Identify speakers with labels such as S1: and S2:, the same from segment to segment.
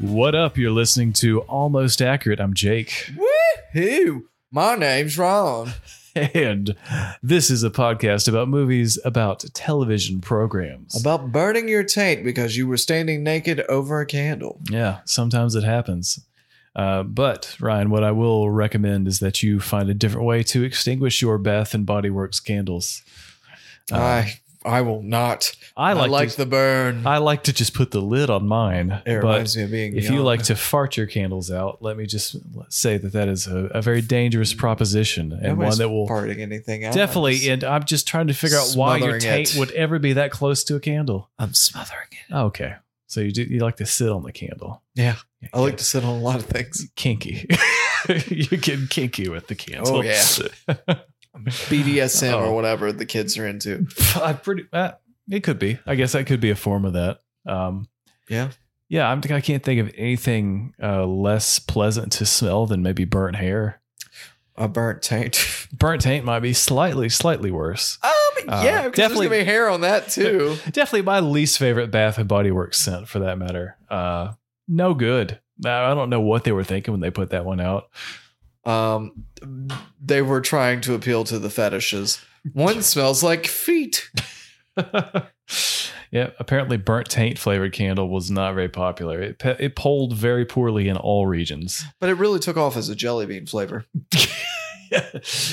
S1: What up? You're listening to Almost Accurate. I'm Jake.
S2: Who? My name's Ron.
S1: And this is a podcast about movies, about television programs.
S2: About burning your taint because you were standing naked over a candle.
S1: yeah, sometimes it happens. Uh, but, Ryan, what I will recommend is that you find a different way to extinguish your Bath and Body Works candles.
S2: I I will not.
S1: Uh, I like, to,
S2: the burn.
S1: I like to just put the lid on mine.
S2: it reminds me of being.
S1: If you
S2: young.
S1: like to fart your candles out, let me just say that that is a, a very dangerous proposition and
S2: Nobody's
S1: one that will
S2: farting anything out.
S1: Definitely, and I'm just trying to figure out why your
S2: Smothering
S1: taint
S2: it.
S1: would ever be that close to a candle. Oh,
S2: I'm smothering it.
S1: Okay, so you do you like to sit on the candle?
S2: Yeah, I like
S1: Yeah.
S2: to sit on a lot of things.
S1: kinky. You're getting kinky with the candle.
S2: Oh,
S1: yeah,
S2: BDSM
S1: Oh.
S2: or whatever the kids are into.
S1: I pretty. Uh, it could be. I guess that could be a form of that. Um,
S2: Yeah,
S1: yeah, I'm. I can't think of anything uh, less pleasant to smell than maybe burnt hair.
S2: a burnt taint.
S1: Burnt taint might be slightly, slightly worse. Uh,
S2: Um, yeah, because there's
S1: definitely-
S2: gonna be hair on that too.
S1: Definitely my least favorite Bath and Body Works scent for that matter. Uh, no good. I I don't know what they were thinking when they put that one out.
S2: um, they were trying to appeal to the fetishes. One smells like feet.
S1: yeah, apparently burnt taint flavored candle was not very popular. It pe- it polled very poorly in all regions.
S2: But it really took off as a jelly bean flavor.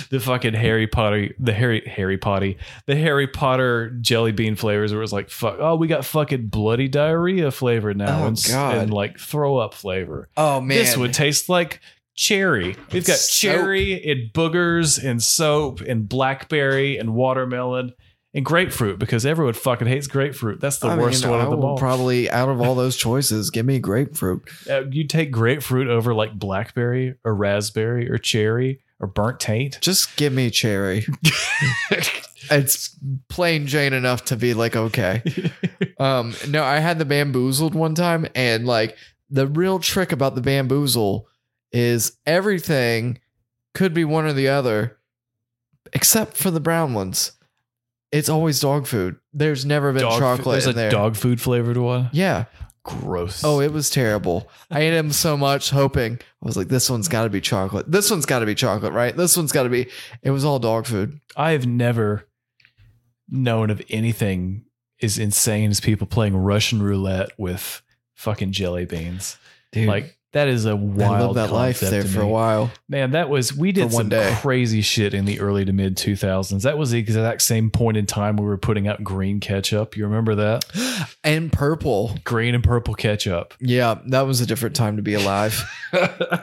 S1: the fucking Harry Potter, the Harry Harry Potty, the Harry Potter jelly bean flavors where it was like fuck. Oh, we got fucking bloody diarrhea flavor now,
S2: Oh,
S1: and, s-
S2: God.
S1: and like throw up flavor.
S2: Oh man,
S1: This would taste like cherry. We've got
S2: Soap.
S1: cherry and boogers and soap and blackberry and watermelon and grapefruit because everyone fucking hates grapefruit. That's the
S2: I
S1: worst
S2: mean,
S1: one
S2: I
S1: of them
S2: will
S1: all.
S2: Probably out of all those choices, give me grapefruit.
S1: uh, you take grapefruit over like blackberry or raspberry or cherry or burnt taint.
S2: Just give me cherry. it's plain Jane enough to be like okay. Um, no, I had the bamboozled one time, and like the real trick about the bamboozle is everything could be one or the other, except for the brown ones. It's always dog food. There's never been
S1: Dog food-
S2: chocolate
S1: There's
S2: in
S1: a
S2: there.
S1: dog food flavored one.
S2: Yeah.
S1: Gross.
S2: Oh, it was terrible. I ate them so much, hoping I was like, this one's got to be chocolate. This one's got to be chocolate, right? This one's got to be. It was all dog food.
S1: I've never known of anything as insane as people playing Russian roulette with fucking jelly beans.
S2: Dude,
S1: Like that is a
S2: I
S1: wild.
S2: lived that life
S1: concept
S2: there
S1: to
S2: for a
S1: me.
S2: while.
S1: Man, that was we did
S2: For one
S1: some
S2: day.
S1: crazy shit in the early to mid two thousands. That was the exact same point in time we were putting out green ketchup. You remember that?
S2: And purple.
S1: Green and purple ketchup.
S2: Yeah, that was a different time to be alive.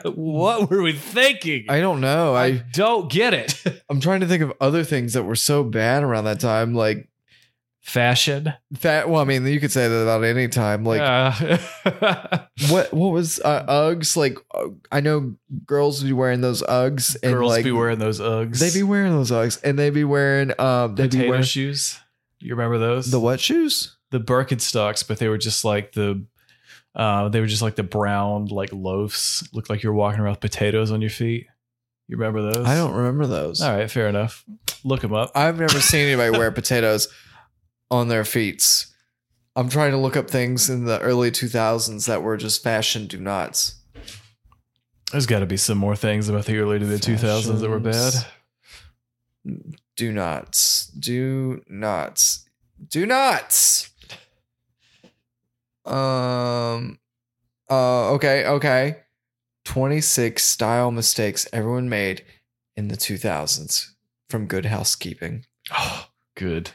S1: what were we thinking?
S2: I don't know. I
S1: don't get it.
S2: I'm trying to think of other things that were so bad around that time. Like
S1: Fashion.
S2: fat. Well, I mean, you could say that about any time. Like
S1: Uh,
S2: what? What was uh, Uggs? Like uh, I know girls be wearing those Uggs, and
S1: girls
S2: like
S1: be wearing those Uggs.
S2: they be wearing those Uggs, and they be wearing um they
S1: potato
S2: be wearing
S1: shoes. You remember those?
S2: the what shoes?
S1: the Birkenstocks, but they were just like the uh, they were just like the brown like loaves. Looked like you're walking around with potatoes on your feet. You remember those?
S2: I don't remember those.
S1: All right, fair enough. Look them up.
S2: I've never seen anybody wear potatoes on their feet. I'm trying to look up things in the early 2000s that were just fashion do nots.
S1: There's got to be some more things about the early to mid 2000s that were bad.
S2: Fashions. Do nots. Do nots. Do nots. Um. Uh. Okay. Okay. 26 style mistakes everyone made in the 2000s from Good Housekeeping.
S1: Oh, good.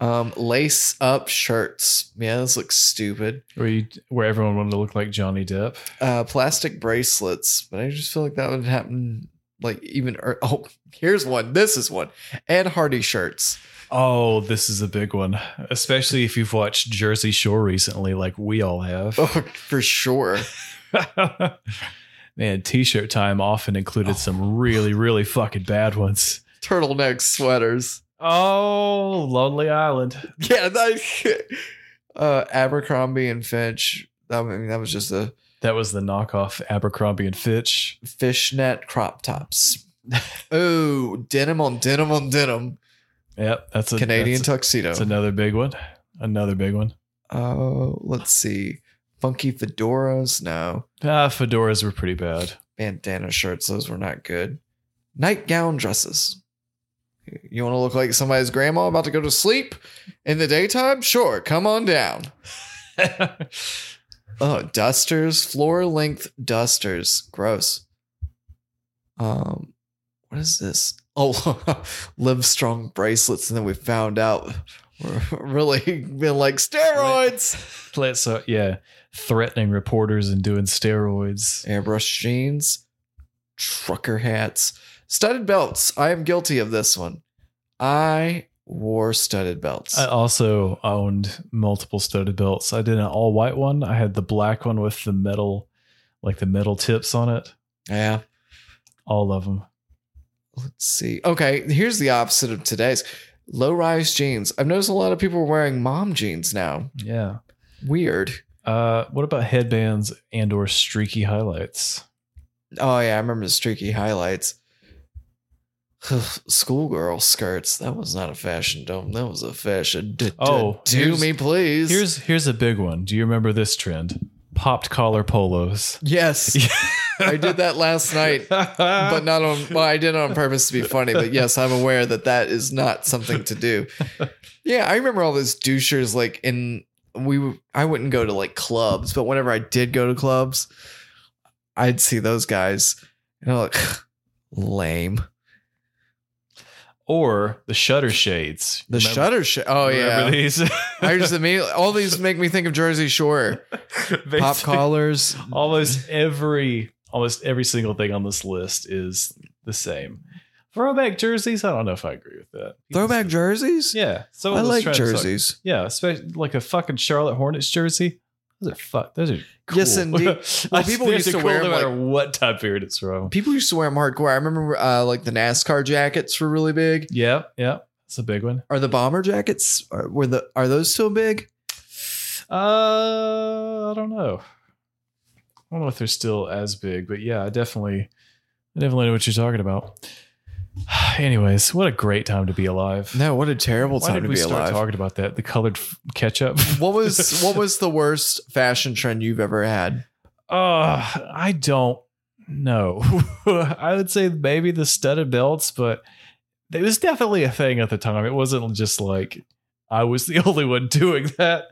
S2: Um, lace up shirts. Yeah, this looks stupid.
S1: Where you, where everyone wanted to look like Johnny Depp.
S2: Uh, plastic bracelets, but I just feel like that would happen like even. ear- oh, here's one. This is one. And Hardy shirts.
S1: Oh, this is a big one, especially if you've watched Jersey Shore recently, like we all have.
S2: Oh, for sure.
S1: Man, t-shirt time often included some really, really fucking bad ones.
S2: Turtleneck sweaters.
S1: Oh, Lonely Island.
S2: Yeah, that, uh, Abercrombie and Finch. I mean, that was just a
S1: That was the knockoff Abercrombie and Fitch.
S2: fishnet crop tops. Ooh, denim on denim on denim.
S1: Yep, that's a
S2: Canadian
S1: That's,
S2: tuxedo.
S1: that's another big one. Another big one.
S2: Oh, let's see. Funky fedoras. No.
S1: Ah, fedoras were pretty bad.
S2: Bandana shirts. Those were not good. Nightgown dresses. You want to look like somebody's grandma about to go to sleep in the daytime? Sure. Come on down. Oh, dusters. Floor length dusters. Gross. Um, what is this? Oh, live strong bracelets. And then we found out we're really been like steroids.
S1: Let's uh, yeah, threatening reporters and doing steroids.
S2: airbrush jeans, trucker hats, studded belts. I am guilty of this one. I wore studded belts.
S1: I also owned multiple studded belts. I did an all white one. I had the black one with the metal, like the metal tips on it.
S2: yeah.
S1: All of them.
S2: Let's see. Okay, here's the opposite of today's low rise jeans. I've noticed a lot of people are wearing mom jeans now.
S1: Yeah.
S2: Weird.
S1: Uh, what about headbands and or streaky highlights?
S2: Oh yeah, I remember the streaky highlights. Schoolgirl skirts. That was not a fashion dome. That was a fashion. d- d-
S1: Oh,
S2: do
S1: here's-
S2: me please.
S1: Here's here's a big one. Do you remember this trend? Popped collar polos.
S2: yes. I did that last night. but not on well i did it on purpose to be funny but yes i'm aware that that is not something to do yeah i remember all those douchers like in we were- i wouldn't go to like clubs but whenever i did go to clubs i'd see those guys and i'm like lame
S1: or the shutter shades.
S2: the
S1: Remember-
S2: shutter sh- oh yeah
S1: Remember these?
S2: i just immediately all these make me think of jersey shore pop
S1: Basically,
S2: collars
S1: Almost every almost every single thing on this list is the same. Throwback jerseys. I don't know if I agree with that.
S2: throwback jerseys
S1: Yeah. So
S2: i like jerseys
S1: Yeah, especially like a fucking Charlotte Hornets jersey. Those are fuck. Those are cool.
S2: Yes, indeed. Well, people
S1: Those
S2: used
S1: are
S2: to wear
S1: no
S2: them,
S1: matter what time period it's from.
S2: people used to wear them hardcore i remember uh, like the nascar jackets were really big
S1: Yeah, yeah, it's a big one.
S2: Are the bomber jackets are, were the are those still big?
S1: Uh, I don't know. I don't know if they're still as big, but yeah, I definitely, I definitely know what you're talking about. Anyways, what a great time to be alive.
S2: No, what a terrible
S1: Why
S2: time
S1: did
S2: to
S1: we
S2: be
S1: start
S2: alive.
S1: talking about that? The colored f- ketchup.
S2: What was what was the worst fashion trend you've ever had?
S1: Uh, I don't know. I would say maybe the studded belts, but it was definitely a thing at the time. It wasn't just like I was the only one doing that.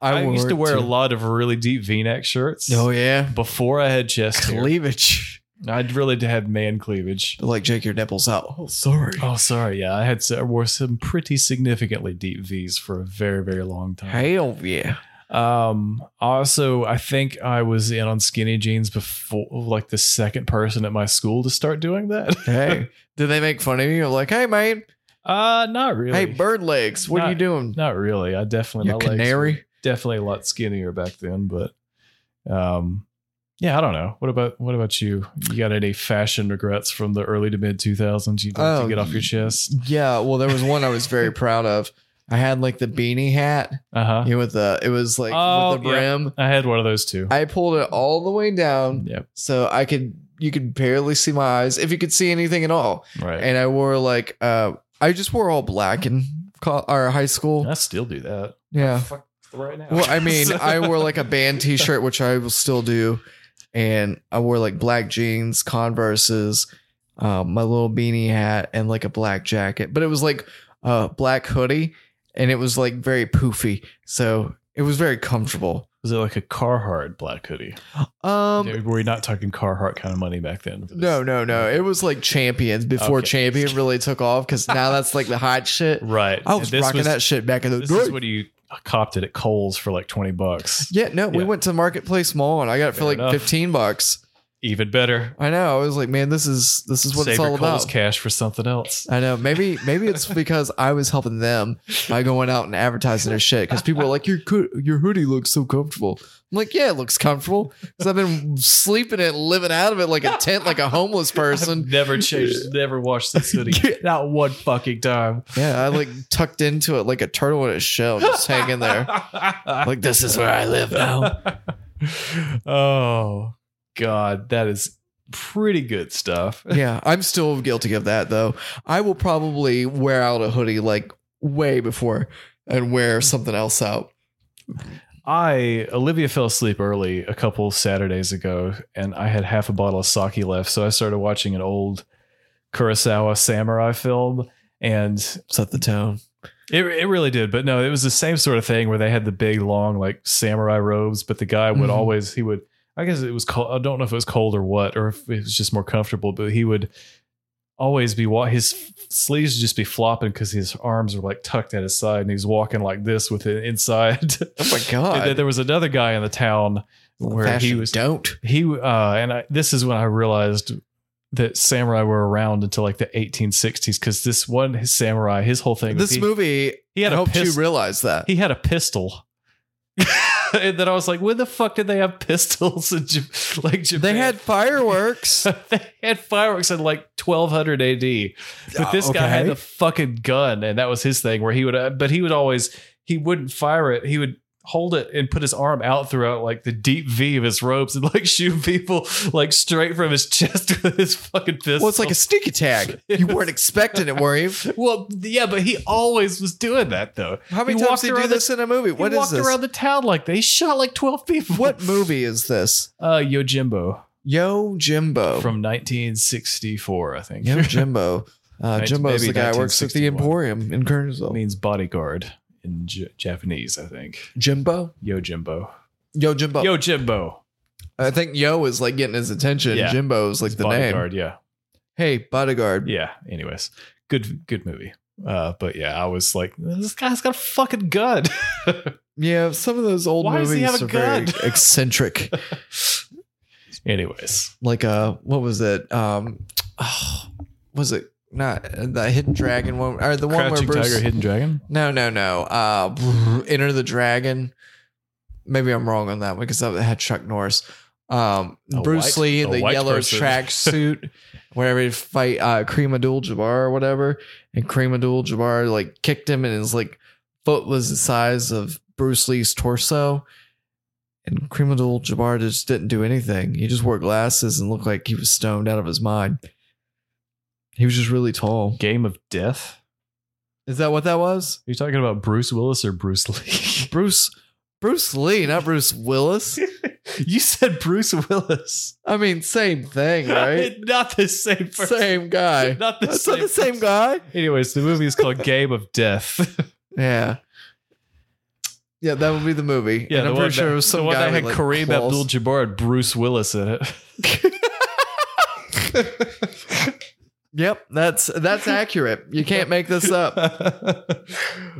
S1: I, used
S2: wore
S1: to wear
S2: it
S1: a lot of really deep V-neck shirts.
S2: Oh yeah,
S1: Before I had chest hair,
S2: cleavage.
S1: I really did have man cleavage.
S2: Like Jake, your nipples out. Oh, sorry.
S1: Oh, sorry. Yeah, I had I wore some pretty significantly deep V's for a very, very long time.
S2: Hell yeah.
S1: Um, also, I think I was in on skinny jeans before, like the second person at my school to start doing that.
S2: Hey, did they make fun of you? Like, hey man,
S1: uh, not really.
S2: hey bird legs, what are you
S1: Not-
S2: doing?
S1: not really. I definitely, my
S2: You
S1: legs were
S2: canary.
S1: definitely a lot skinnier back then, but, um, yeah, I don't know. What about, what about you? You got any fashion regrets from the early to mid 2000s you'd like
S2: Oh,
S1: to get off your chest?
S2: Yeah, well, there was one I was very proud of. I had like the beanie hat.
S1: Uh huh.
S2: You know, with the it was like
S1: Oh,
S2: with the
S1: yeah.
S2: brim.
S1: I had one of those too.
S2: I pulled it all the way down.
S1: yep.
S2: so I could you could barely see my eyes if you could see anything at all.
S1: Right.
S2: And I wore like uh I just wore all black in co- or high school.
S1: I still do that.
S2: Yeah.
S1: Fuck right now.
S2: Uh, Well, I mean, I wore like a band t-shirt which I will still do and I wore like black jeans, Converses, um, my little beanie hat and like a black jacket, but it was like a black hoodie and it was like very poofy. So, it was very comfortable.
S1: Was it like a Carhartt black hoodie?
S2: Um,
S1: Were we not talking Carhartt kind of money back then? for this?
S2: no, no, no. It was like Champions
S1: Mm.
S2: before
S1: Okay.
S2: Champion really took off because now that's like the hot shit.
S1: Right.
S2: I
S1: And
S2: was
S1: this
S2: rocking
S1: was-
S2: that shit back in the
S1: This is
S2: day.
S1: what you copped it at Kohl's for like 20 bucks.
S2: yeah, no, we
S1: Yeah.
S2: went to Marketplace Mall and I got it for
S1: Fair
S2: like
S1: enough.
S2: fifteen bucks.
S1: Even better.
S2: I know. I was like, man, this is this is what
S1: Save
S2: it's
S1: your
S2: all
S1: Kohl's
S2: about.
S1: cash for something else.
S2: I know. Maybe maybe it's because I was helping them by going out and advertising their shit. Because people are like, your coo- your hoodie looks so comfortable. I'm like, yeah, it looks comfortable. Because I've been sleeping it, living out of it like a tent, like a homeless person.
S1: Never changed, never washed this hoodie. Not one fucking time.
S2: Yeah, I like tucked into it like a turtle in a shell, just hanging there. Like this is where I live now.
S1: oh God, that is pretty good stuff.
S2: Yeah, I'm still guilty of that though. I will probably wear out a hoodie like way before and wear something else out.
S1: I Olivia fell asleep early a couple Saturdays ago, and I had half a bottle of sake left, so I started watching an old Kurosawa samurai film, and
S2: Set the tone.
S1: It, it really did, but no, it was the same sort of thing where they had the big long like samurai robes, but the guy would
S2: Mhm.
S1: always he would I guess it was cold. I don't know if it was cold or what, or if it was just more comfortable, but he would always be wa- his sleeves would just be flopping because his arms were like tucked at his side, and he was walking like this with it inside.
S2: Oh my
S1: And then
S2: god.
S1: there was another guy in the town where he
S2: Fashion
S1: was
S2: don't.
S1: he uh and I, this is when i realized that samurai were around until like the 1860s because this one samurai his whole thing was
S2: This
S1: he-
S2: movie
S1: he had a
S2: helped you
S1: pist-
S2: realize that.
S1: he had a pistol and then i was like when the fuck did they have pistols in J- like Japan?
S2: They had fireworks.
S1: they had fireworks in like 1200 AD. But this guy had
S2: okay.
S1: the fucking gun, and that was his thing. Where he would, uh, but he would always he wouldn't fire it. He would hold it and put his arm out throughout like the deep V of his ropes and like shoot people like straight from his chest with his fucking pistol.
S2: well, it's like a sneak attack. You weren't expecting it, were you?
S1: well, yeah, but he always was doing that though.
S2: How many
S1: He
S2: times
S1: walked
S2: do you do
S1: around the-
S2: this in a movie?
S1: He
S2: What is
S1: walked
S2: this?
S1: around the town like they shot like twelve people.
S2: what movie is this?
S1: Uh, Yojimbo
S2: Yo Jimbo.
S1: from 1964, I think.
S2: Yo Jimbo. Uh,
S1: Right,
S2: Jimbo's
S1: maybe
S2: the guy who works at the
S1: 1961.
S2: Emporium in Kernersville.
S1: means bodyguard in J- Japanese, I think.
S2: Jimbo?
S1: Yo Jimbo.
S2: Yo Jimbo.
S1: Yo Jimbo.
S2: I think Yo is like getting his attention.
S1: Yeah.
S2: Jimbo's like the name.
S1: bodyguard, yeah.
S2: Hey, bodyguard.
S1: Yeah. Anyways, good good movie. Uh, but yeah, I was like, this guy's got a fucking gun.
S2: Yeah, some of those old
S1: Why does
S2: movies
S1: he have a
S2: are very
S1: gun?
S2: eccentric.
S1: Anyways,
S2: like uh what was it um oh, was it not uh, the hidden dragon one or the one
S1: Crouching
S2: where Bruce,
S1: Tiger, Hidden Dragon.
S2: no no no uh brr, enter the dragon maybe i'm wrong on that one because that had chuck norris um
S1: A
S2: bruce
S1: white-
S2: lee in
S1: a
S2: the
S1: white
S2: yellow
S1: person.
S2: tracksuit whenever he'd fight uh kareem abdul-jabbar or whatever and kareem abdul-jabbar like kicked him and his like foot was the size of bruce lee's torso and Kareem Abdul Jabbar just didn't do anything. He just wore glasses and looked like he was stoned out of his mind. He was just really tall.
S1: Game of Death.
S2: Is that what that was?
S1: Are you talking about Bruce Willis or Bruce Lee?
S2: Bruce Bruce Lee, not Bruce Willis.
S1: you said Bruce Willis.
S2: I mean, same thing, right?
S1: Not the same person.
S2: same guy.
S1: Not the
S2: That's
S1: same.
S2: not the same
S1: person.
S2: guy.
S1: Anyways, the movie is called Game of Death.
S2: Yeah. Yeah, that would be the movie.
S1: Yeah,
S2: and
S1: the one
S2: I'm pretty sure
S1: that,
S2: it was some
S1: the one
S2: guy
S1: that had
S2: with, like,
S1: Kareem
S2: claws.
S1: Abdul-Jabbar and Bruce Willis in it.
S2: Yep, that's that's accurate. You can't make this up.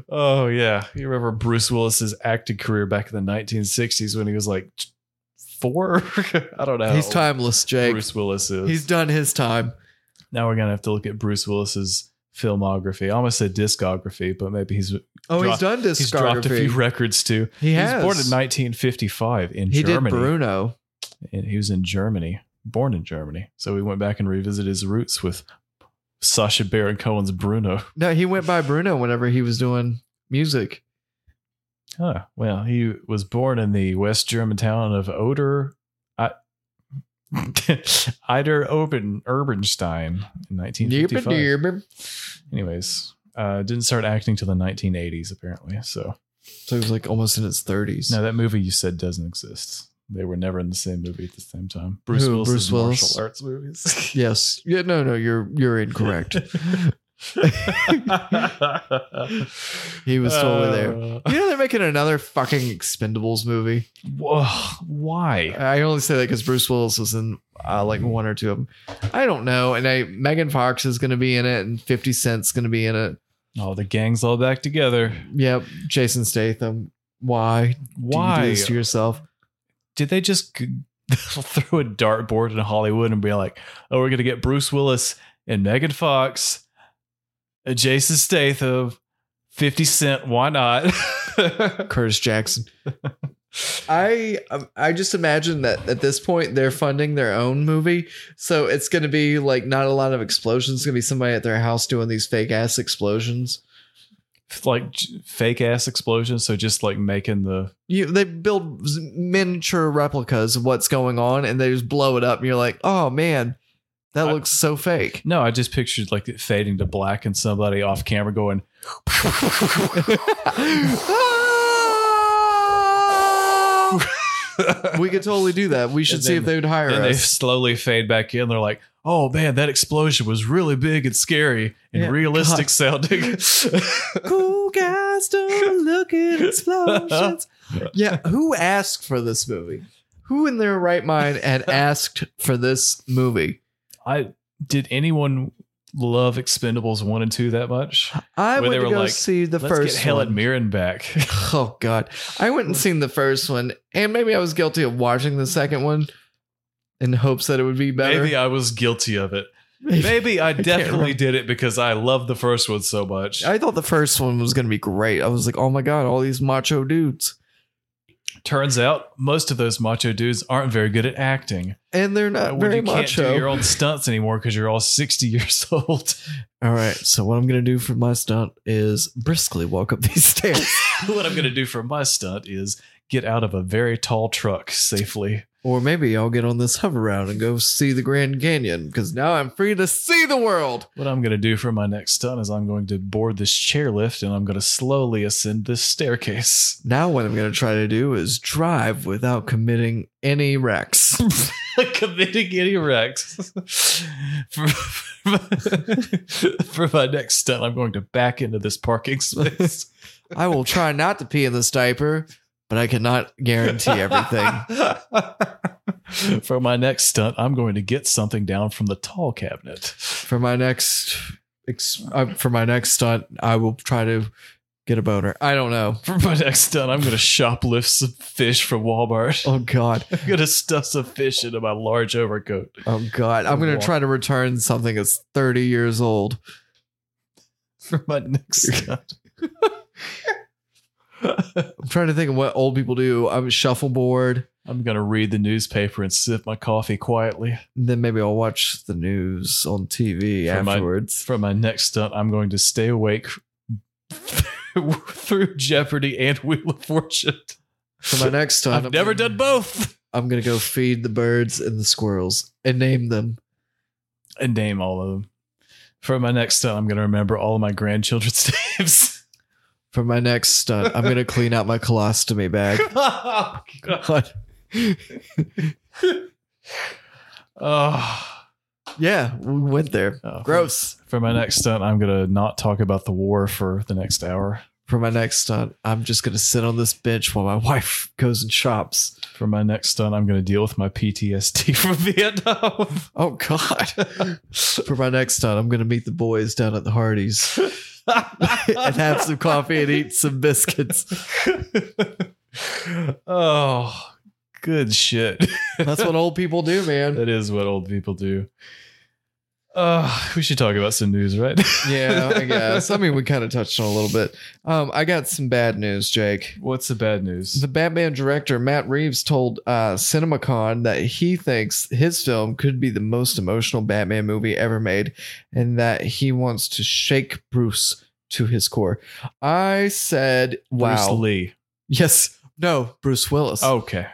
S1: oh yeah, you remember Bruce Willis's acting career back in the 1960s when he was like four? I don't know.
S2: He's timeless, Jake.
S1: Bruce Willis is.
S2: He's done his time.
S1: now we're gonna have to look at Bruce Willis's filmography. I almost said discography, but maybe he's
S2: Oh, he's
S1: Dro-
S2: done discography.
S1: he's dropped a few records too.
S2: He
S1: He was
S2: has.
S1: born in 1955 in
S2: he
S1: Germany.
S2: did Bruno.
S1: and he was in Germany, born in Germany. So we went back and revisited his roots with Sasha Baron Cohen's Bruno.
S2: No, he went by Bruno whenever he was doing music.
S1: Huh. Well, he was born in the West German town of Oder, I, Eider Oben, Urbenstein in 1955.
S2: So
S1: Anyways, uh, didn't start acting till the 1980s, apparently. So,
S2: he was like almost in his thirties.
S1: no, that movie you said doesn't exist. They were never in the same movie at the same time. Bruce
S2: Who,
S1: Willis'
S2: Bruce Willis?
S1: martial arts movies.
S2: Yes. Yeah. No. No. You're you're incorrect. He was totally there.
S1: Uh,
S2: You know they're making another fucking Expendables movie.
S1: wh- Why?
S2: I only say that because Bruce Willis was in uh, like one or two of them. I don't know. And I Megan Fox is going to be in it, and Fifty Cent's going to be in it.
S1: Oh, the gang's all back together.
S2: Yep, Jason Statham. Why?
S1: Why?
S2: do you do this to yourself?
S1: did they just g- throw a dartboard in Hollywood and be like, "Oh, we're gonna get Bruce Willis and Megan Fox, and Jason Statham, Fifty Cent? Why not?"
S2: Curtis Jackson. I um, I just imagine that at this point they're funding their own movie, so it's going to be like not a lot of explosions. It's going to be somebody at their house doing these fake ass explosions.
S1: like fake ass explosions. So just like making the
S2: You they build z- miniature replicas of what's going on, and they just blow it up. And you're like, oh man, that
S1: I-
S2: looks so fake.
S1: no, I just pictured like it fading to black and somebody off camera going,
S2: we could totally do that. We should
S1: And
S2: see if
S1: then-
S2: they would hire
S1: and they
S2: us.
S1: slowly fade back in. They're like, "Oh man, that explosion was really big and scary and
S2: Yeah.
S1: realistic
S2: God.
S1: sounding."
S2: cool guys don't look at explosions. Yeah, who asked for this movie? Who in their right mind had asked for this movie?
S1: I did anyone love Expendables one and two that much?
S2: I
S1: Where
S2: went
S1: they
S2: to
S1: were
S2: go
S1: like,
S2: see the
S1: Let's
S2: first
S1: get Helen
S2: one.
S1: Mirren back.
S2: Oh god, I went and seen the first one, and maybe I was guilty of watching the second one in hopes that it would be better.
S1: Maybe I was guilty of it. Maybe I definitely
S2: remember.
S1: did it because I loved the first one so much.
S2: I thought the first one was going to be great. I was like, oh my god, all these macho dudes,
S1: Turns out most of those macho dudes aren't very good at acting.
S2: and they're not
S1: When
S2: very
S1: you can't
S2: macho.
S1: do your own stunts anymore because you're all 60 years old.
S2: All right, so what I'm gonna do for my stunt is briskly walk up these stairs,
S1: what I'm going to do for my stunt is get out of a very tall truck safely.
S2: or maybe I'll get on this hover round and go see the Grand Canyon because now I'm free to see the world.
S1: What I'm going to do for my next stunt is I'm going to board this chairlift and I'm going to slowly ascend this staircase.
S2: Now what I'm gonna try to do is drive without committing any wrecks.
S1: committing any wrecks. For, for my next stunt, I'm going to back into this parking space.
S2: I will try not to pee in this diaper, but I cannot guarantee everything.
S1: for my next stunt, I'm going to get something down from the tall cabinet.
S2: for my next ex- uh, for my next stunt, I will try to get a boner. I don't know.
S1: For my next stunt, I'm going to shoplift some fish from Walmart.
S2: Oh god.
S1: I'm going to stuff some fish into my large overcoat.
S2: Oh god. I'm gonna try to return something that's 30 years old.
S1: For my next stunt,
S2: I'm trying to think of what old people do. I'm shuffleboard.
S1: I'm going to read the newspaper and sip my coffee quietly.
S2: And then maybe I'll watch the news on TV
S1: For my-
S2: afterwards.
S1: for my next stunt, I'm going to stay awake through Jeopardy and Wheel of Fortune.
S2: for my next stunt,
S1: I've
S2: I'm
S1: never
S2: gonna-
S1: done both.
S2: I'm gonna go feed the birds and the squirrels and name them.
S1: And name all of them. For my next stunt, I'm going to remember all of my grandchildren's names.
S2: For my next stunt, I'm gonna clean out my colostomy bag.
S1: oh, God.
S2: God.
S1: Oh.
S2: Yeah, we went there.
S1: Oh.
S2: Gross.
S1: For my next stunt, I'm going to not talk about the war for the next hour.
S2: For my next stunt, I'm just gonna sit on this bench while my wife goes and shops.
S1: For my next stunt, I'm going to deal with my PTSD from Vietnam.
S2: Oh God. For my next stunt, I'm gonna meet the boys down at the Hardee's and have some coffee and eat some biscuits.
S1: oh, good shit.
S2: That's what old people do, man.
S1: That is what old people do. Uh, we should talk about some news, right?
S2: Yeah, I guess. I mean, we kind of touched on it a little bit. Um, I got some bad news, Jake.
S1: What's the bad news?
S2: The Batman director Matt Reeves told uh, CinemaCon that he thinks his film could be the most emotional Batman movie ever made, and that he wants to shake Bruce to his core. I said, "Wow,
S1: Bruce Lee.
S2: yes, no, Bruce Willis."
S1: Okay.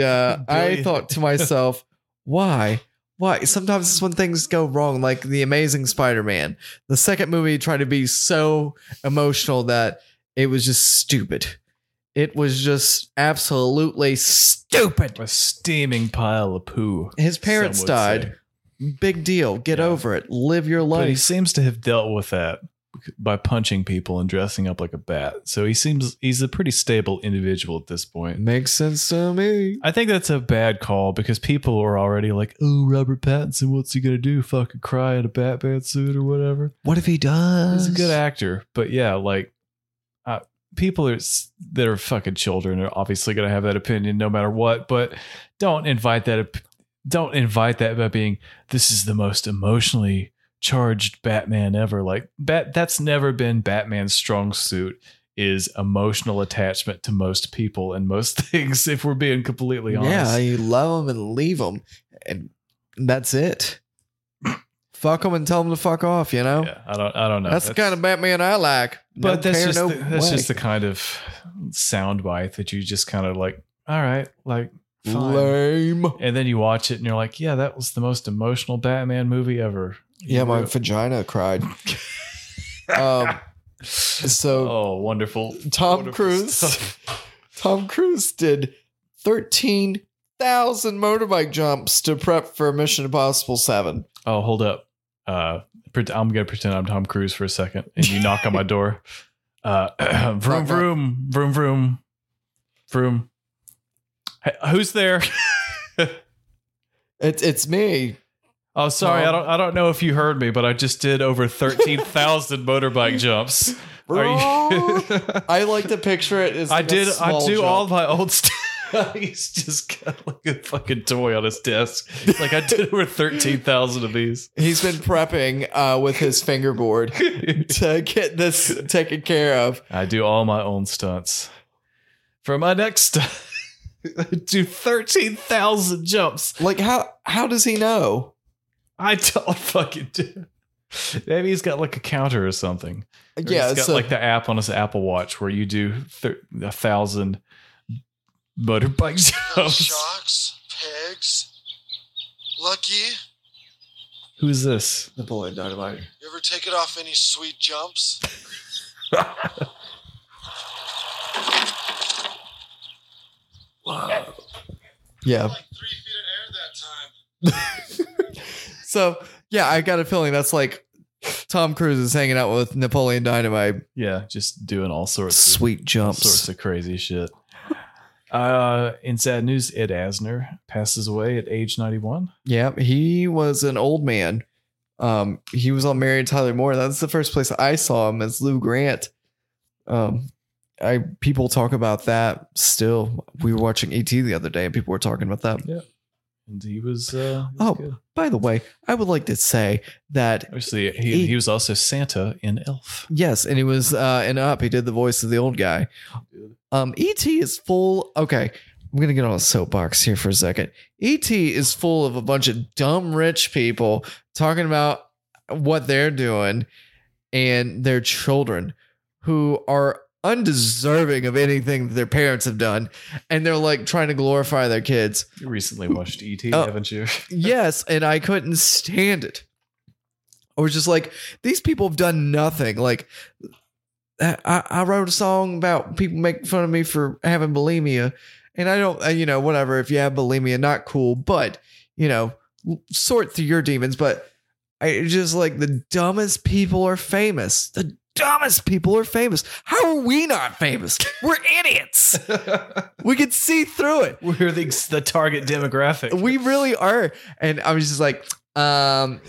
S2: uh, I
S1: Billy.
S2: thought to myself, "Why?" Why? Sometimes it's when things go wrong, like The Amazing Spider Man. The second movie tried to be so emotional that it was just stupid. It was just absolutely stupid.
S1: A steaming pile of poo.
S2: His parents
S1: some would
S2: died.
S1: say.
S2: Big deal. Get
S1: Yeah.
S2: over it. Live your
S1: But he
S2: life.
S1: seems to have dealt with that by punching people and dressing up like a bat. So he seems he's a pretty stable individual at this point.
S2: Makes sense to me.
S1: I think that's a bad call because people are already like, "Oh, Robert Pattinson, what's he gonna do? Fucking cry in a Batman suit or whatever."
S2: What if he does?
S1: He's a good actor, but yeah, like uh, people are, s- that are fucking children are obviously gonna have that opinion no matter what. But don't invite that. op- Don't invite that by being this is the most emotionally charged Batman ever. Like bat, that's never been Batman's strong suit. Is emotional attachment to most people and most things. If we're being completely honest,
S2: Yeah, you love them and leave them, and that's it. fuck them and tell them to fuck off. You know,
S1: Yeah, I don't. I don't know.
S2: that's, the kind of Batman I like.
S1: But
S2: No
S1: that's
S2: care,
S1: just
S2: no
S1: the, that's
S2: way.
S1: just the kind of soundbite that you just kind of like. All right, like fine.
S2: lame.
S1: And then you watch it and you're like, yeah, that was the most emotional Batman movie ever.
S2: Yeah, my
S1: You-
S2: vagina cried. um, so
S1: oh, wonderful.
S2: Tom
S1: wonderful
S2: Cruise.
S1: stuff.
S2: Tom Cruise did thirteen thousand motorbike jumps to prep for Mission Impossible Seven.
S1: Oh, hold up. Uh, pret- I'm gonna pretend I'm Tom Cruise for a second, and you knock on my door. Uh, vroom,
S2: Knock, knock.
S1: vroom, vroom, vroom, vroom. Hey, who's there?
S2: It's it's me.
S1: Oh, sorry, I
S2: Well-
S1: don't. I don't know if you heard me, but I just did over thirteen thousand motorbike jumps. Are you-
S2: I like to picture it as
S1: I
S2: like a
S1: did. I
S2: small
S1: do
S2: jump.
S1: all my old stuff. He's just got like a fucking toy on his desk. It's like I did over thirteen thousand of these.
S2: He's been prepping uh, with his fingerboard to get this taken care of.
S1: I do all my own stunts. For my next stunt, I do thirteen thousand jumps.
S2: Like how how does he know?
S1: I don't fucking do. Maybe he's got like a counter or something. Or
S2: yeah,
S1: he's got
S2: so
S1: like the app on his Apple Watch where you do thir- a thousand motorbike jumps.
S3: Sharks, pigs. Lucky,
S1: Who's this?
S2: the bullet dynamite.
S3: you ever take it off any sweet jumps?
S2: Yeah.
S3: Like three feet of air that time.
S2: So yeah, I got a feeling that's like Tom Cruise is hanging out with Napoleon Dynamite.
S1: Yeah, just doing all sorts of
S2: Sweet
S1: all sorts
S2: jumps.
S1: of crazy shit. Uh, in sad news, Ed Asner passes away at age ninety-one.
S2: Yeah, he was an old man. Um, he was on Mary and Tyler Moore. That's the first place I saw him as Lou Grant. Um, I people talk about that still. We were watching ET the other day, and people were talking about that.
S1: And he was. Uh, he was
S2: Oh.
S1: good.
S2: By the way, I would like to say that
S1: obviously he, he was also Santa in Elf.
S2: yes, and he was uh, in Up. He did the voice of the old guy. Um, ET is full. Okay, I'm gonna get on a soapbox here for a second. ET is full of a bunch of dumb rich people talking about what they're doing and their children who are undeserving of anything that their parents have done, and they're like trying to glorify their kids.
S1: You recently watched ET,
S2: Oh.
S1: haven't you?
S2: yes, and I couldn't stand it. I was just like, these people have done nothing. Like, I, I wrote a song about people making fun of me for having bulimia, and I don't, uh, you know, whatever. If you have bulimia, not cool, but you know, sort through your demons. But I it's just like the dumbest people are famous. The dumbest people are famous. How are we not famous? We're idiots. we could see through it
S1: We're the the target demographic.
S2: we really are. And I was just like, um,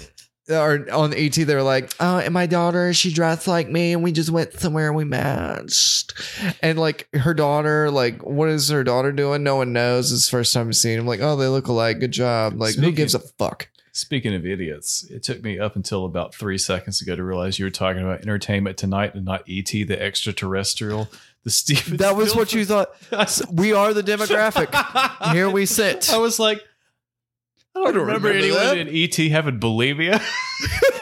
S2: or on ET, they were like, oh, and my daughter, she dressed like me, and we just went somewhere and we matched. And like her daughter, like, what is her daughter doing? No one knows. It's the first time I've seen him. Like, oh, they look alike. Good job. Like, who
S1: Speaking-
S2: gives a fuck?
S1: Speaking of idiots, it took me up until about three seconds ago to realize you were talking about Entertainment Tonight and not ET, the extraterrestrial, the Steven.
S2: That was what you thought.
S1: Spielberg-
S2: We are the demographic. Here we sit.
S1: I was like, I don't,
S2: I don't
S1: remember,
S2: remember
S1: anyone
S2: that.
S1: in ET having bulimia.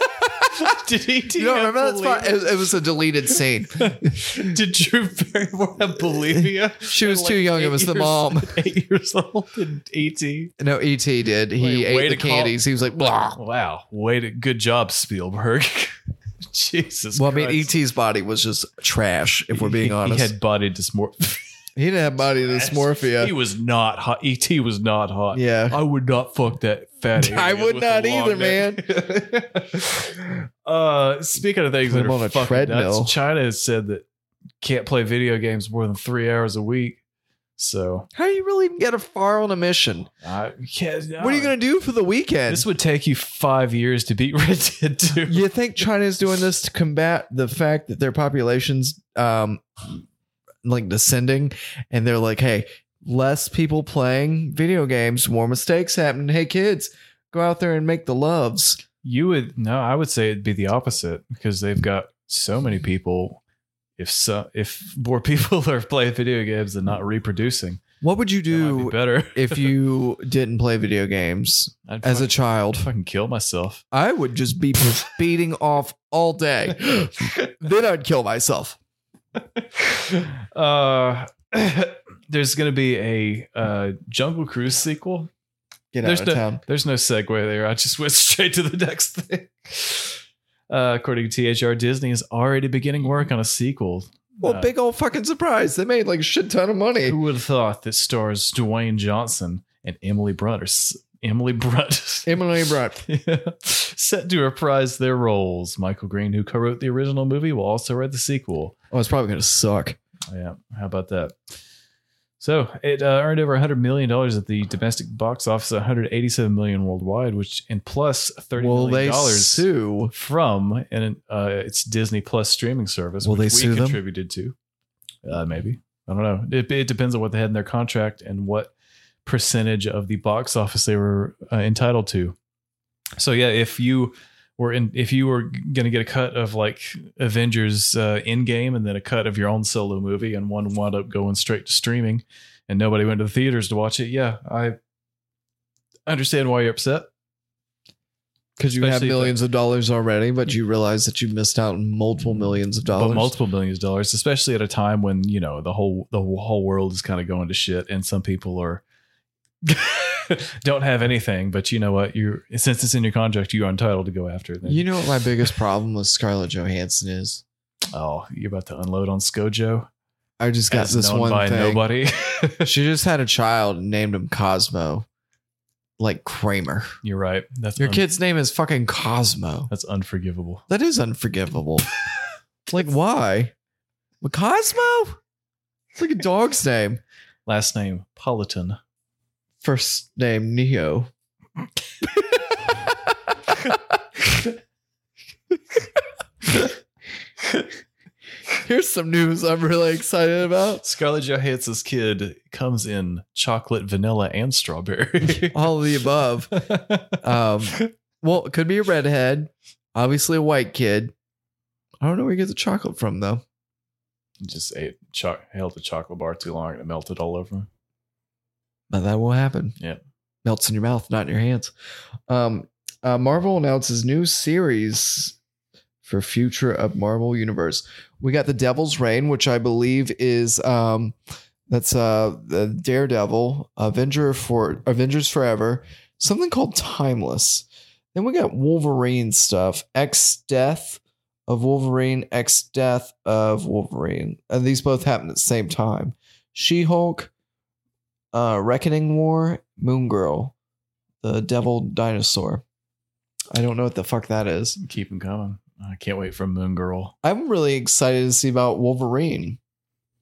S1: Did ET
S2: You don't
S1: have
S2: remember that's fine.
S1: bulimia?
S2: It, it was a deleted scene.
S1: Did Drew Barrymore have bulimia?
S2: She was
S1: At,
S2: too young. It
S1: eight
S2: was the
S1: years-
S2: mom.
S1: Eight years old in E ET.
S2: No, ET did. He
S1: Wait, way
S2: ate the
S1: to call-
S2: candies. He was like, blah.
S1: Wow. Way to good job, Spielberg. Jesus
S2: Well, I mean, E
S1: Christ.
S2: ET's body was just trash, if we're
S1: He-
S2: being honest.
S1: He had body dysmorphia.
S2: He didn't have body dysmorphia.
S1: He was not hot. ET was not hot.
S2: yeah.
S1: I would not fuck that fatty.
S2: I would not either,
S1: man. uh, speaking of things
S2: Put
S1: that
S2: him
S1: are
S2: on a
S1: fucking
S2: treadmill.
S1: nuts, China has said that can't play video games more than three hours a week. So,
S2: How do you really even get a far on a mission?
S1: I can't,
S2: What are you going to do for the weekend?
S1: This would take you five years to beat Red Dead 2.
S2: you think China's doing this to combat the fact that their population's um like descending and they're like, hey, less people playing video games, more mistakes happen. Hey kids, go out there and make the loves.
S1: You would no, I would say it'd be the opposite because they've got so many people. If so, if more people are playing video games and not reproducing,
S2: What would you
S1: that might be
S2: do
S1: better.
S2: if you didn't play video games
S1: I'd
S2: as
S1: fucking-
S2: a
S1: I'd
S2: child?
S1: fucking kill myself.
S2: I would just be beating off all day. then I'd kill myself.
S1: uh, there's gonna be a uh, Jungle Cruise sequel.
S2: Get
S1: There's
S2: out
S1: no
S2: of town.
S1: there's no segue there. I just went straight to the next thing. Uh, according to THR, Disney is already beginning work on a sequel.
S2: Well,
S1: Uh,
S2: big old fucking surprise. They made like a shit ton of money.
S1: Who would have thought that stars Dwayne Johnson and Emily Brunt or S- Emily Brunt?
S2: Emily Brunt.
S1: Set to reprise their roles. Michael Green, who co-wrote the original movie, will also write the sequel.
S2: Oh, it's probably gonna suck.
S1: Yeah, how about that? So it uh, earned over 100 million dollars at the domestic box office, 187 million worldwide, which and plus 30
S2: Will
S1: million
S2: they
S1: dollars
S2: sue?
S1: from an uh, its Disney Plus streaming service.
S2: Will
S1: which
S2: they
S1: we
S2: sue them?
S1: contributed to? Uh, maybe I don't know. It, it depends on what they had in their contract and what percentage of the box office they were uh, entitled to. So yeah, if you were in, if you were going to get a cut of like Avengers uh, Endgame and then a cut of your own solo movie, and one wound up going straight to streaming, and nobody went to the theaters to watch it. Yeah, I understand why you're upset.
S2: Because you have
S1: Especially if-
S2: millions of dollars already, but you realize that you missed out on multiple millions of dollars.
S1: But multiple millions of dollars, especially at a time when you know the whole the whole world is kind of going to shit, and some people are don't have anything. But you know what? You're since it's in your contract, you are entitled to go after it.
S2: you know what my biggest problem with Scarlett Johansson is?
S1: oh, you're about to unload on ScoJo.
S2: I just got
S1: as
S2: this
S1: known
S2: one
S1: by
S2: thing.
S1: nobody.
S2: She just had a child and named him Cosmo, like Kramer.
S1: you're right. That's
S2: Your
S1: un-
S2: kid's name is fucking Cosmo.
S1: That's unforgivable.
S2: That is unforgivable. like why? But Cosmo? It's like a dog's name.
S1: Last name Politan.
S2: First name Neo. Here's some news I'm really excited about.
S1: Scarlett Johansson's kid comes in chocolate, vanilla, and strawberry.
S2: All of the above. Um, well, it could be a redhead. Obviously, a white kid. I don't know where you get the chocolate from, though.
S1: Just ate cho- held the chocolate bar too long and it melted all over him.
S2: But that will happen.
S1: Yeah.
S2: Melts in your mouth, not in your hands. Um, uh, Marvel announces new series for future of Marvel Universe. We got the Devil's Reign, which I believe is um, that's uh, the Daredevil, Avenger for Avengers Forever, something called Timeless. Then we got Wolverine stuff, X Death of Wolverine, X Death of Wolverine, and these both happen at the same time. She Hulk, uh, Reckoning War, Moon Girl, the Devil Dinosaur. I don't know what the fuck that is.
S1: Keep them coming. I can't wait for Moon Girl.
S2: I'm really excited to see about Wolverine.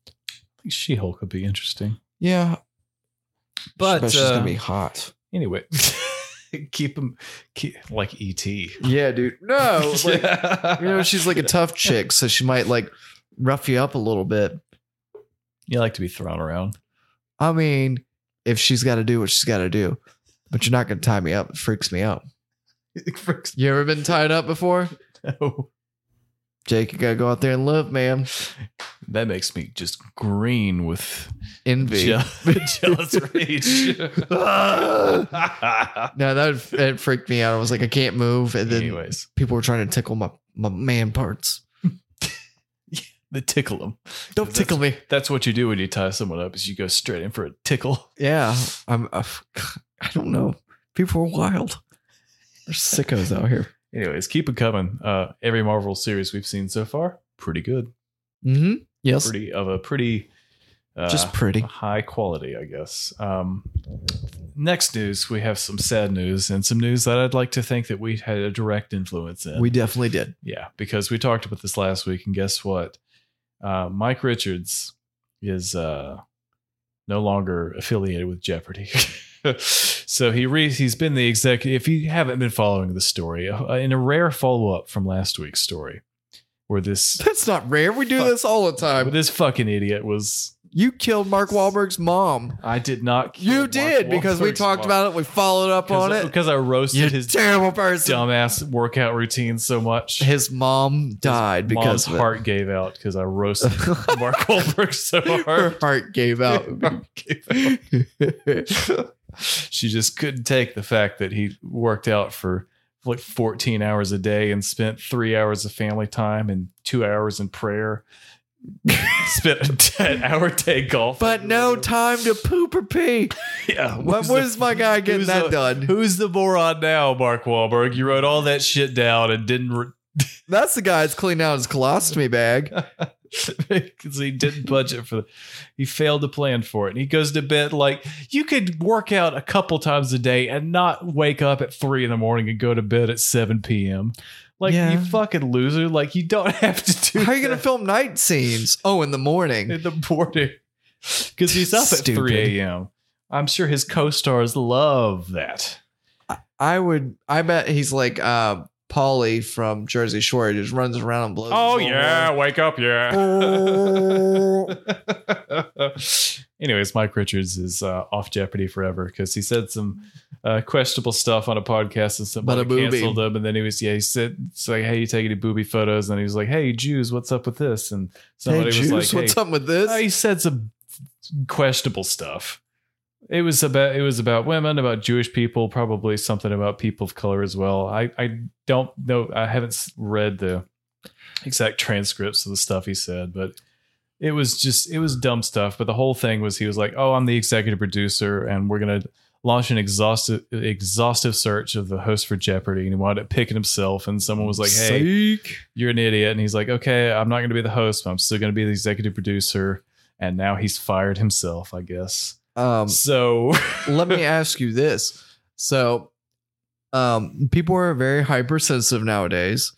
S1: I think She Hulk would be interesting.
S2: Yeah,
S1: But
S2: she's
S1: uh,
S2: gonna be hot.
S1: anyway, keep them keep, like ET.
S2: Yeah, dude. No, Oh, like,
S1: yeah.
S2: you know she's like a tough chick, so she might like rough you up a little bit.
S1: you like to be thrown around.
S2: I mean, if she's got to do what she's got to do, but you're not gonna tie me up. It freaks me out. You ever been tied up before?
S1: No.
S2: Jake, you gotta go out there and live, man.
S1: That makes me just green with
S2: Envy.
S1: je- jealous rage.
S2: No, that it freaked me out. I was like, I can't move, and then
S1: Anyways,
S2: people were trying to tickle my my man parts.
S1: the tickle them.
S2: Don't tickle me.
S1: That's what you do when you tie someone up. Is you go straight in for a tickle.
S2: Yeah, I'm. I I don't know. People are wild. There's sickos out here.
S1: Anyways, keep it coming. Uh, every Marvel series we've seen so far, pretty good.
S2: Mm-hmm. Yes.
S1: pretty of a pretty Uh,
S2: Just pretty.
S1: high quality, I guess. Um, next news, we have some sad news and some news that I'd like to think that we had a direct influence in.
S2: We definitely did.
S1: yeah, because we talked about this last week, and guess what? Uh, Mike Richards is uh, no longer affiliated with Jeopardy. so he re- he's been the executive. If you haven't been following the story, uh, in a rare follow up from last week's story, where this
S2: That's not rare. We do this all the
S1: where
S2: time.
S1: this fucking idiot was.
S2: You killed Mark Wahlberg's mom.
S1: I did not. kill
S2: You
S1: Mark
S2: did because we
S1: Wahlberg's
S2: talked
S1: wife.
S2: about it. We followed up on
S1: Because-
S2: it.
S1: because I roasted
S2: You
S1: his
S2: terrible person.
S1: dumbass workout routine so much.
S2: His mom died because
S1: Mom's
S2: of it.
S1: heart gave out because I roasted Mark Wahlberg so
S2: her
S1: hard.
S2: heart gave out.
S1: she just couldn't take the fact that he worked out for like 14 hours a day and spent three hours of family time and two hours in prayer. spent a 10 hour day golf.
S2: but no time to poop or pee.
S1: yeah,
S2: When
S1: who's
S2: was
S1: the-
S2: my guy getting
S1: who's
S2: that
S1: the-
S2: done?
S1: Who's the moron now, Mark Wahlberg? You wrote all that shit down and didn't re-
S2: That's the guy that's cleaning out his colostomy bag.
S1: because he didn't budget for the he failed to plan for it and he goes to bed like you could work out a couple times a day and not wake up at three in the morning and go to bed at 7 p.m like
S2: Yeah.
S1: you fucking loser like you don't have to do
S2: How are you
S1: that
S2: going to film night scenes? Oh, in the morning.
S1: in the morning because he's up at
S2: Stupid.
S1: 3 a.m i'm sure his co-stars love that
S2: I would. I bet he's like uh Polly from Jersey Shore. He just runs around and blows.
S1: Oh,
S2: his own
S1: wake up
S2: horn.
S1: Anyways, Mike Richards is uh, off Jeopardy forever because he said some uh, questionable stuff on a podcast and somebody
S2: Bada boobie.
S1: canceled him. And then he was, yeah, he said, it's like, hey, you take any booby photos? And he was like, hey, Jews, what's up with this? And
S2: hey,
S1: somebody was
S2: Juice,
S1: like,
S2: what's
S1: hey,
S2: up with this?
S1: Oh, he said some questionable stuff. It was about it was about women, about Jewish people, probably something about people of color as well. I I don't know. I haven't s- read the exact transcripts of the stuff he said, but it was just it was dumb stuff. But the whole thing was he was like, "Oh, I'm the executive producer, and we're gonna launch an exhaustive exhaustive search of the host for Jeopardy." And he wound up picking himself, and someone was like, "Hey,
S2: Psych.
S1: you're an idiot. And he's like, okay, I'm not going to be the host, but I'm still going to be the executive producer. And now he's fired himself, I guess.
S2: Um,
S1: So
S2: let me ask you this. So, um, people are very hypersensitive nowadays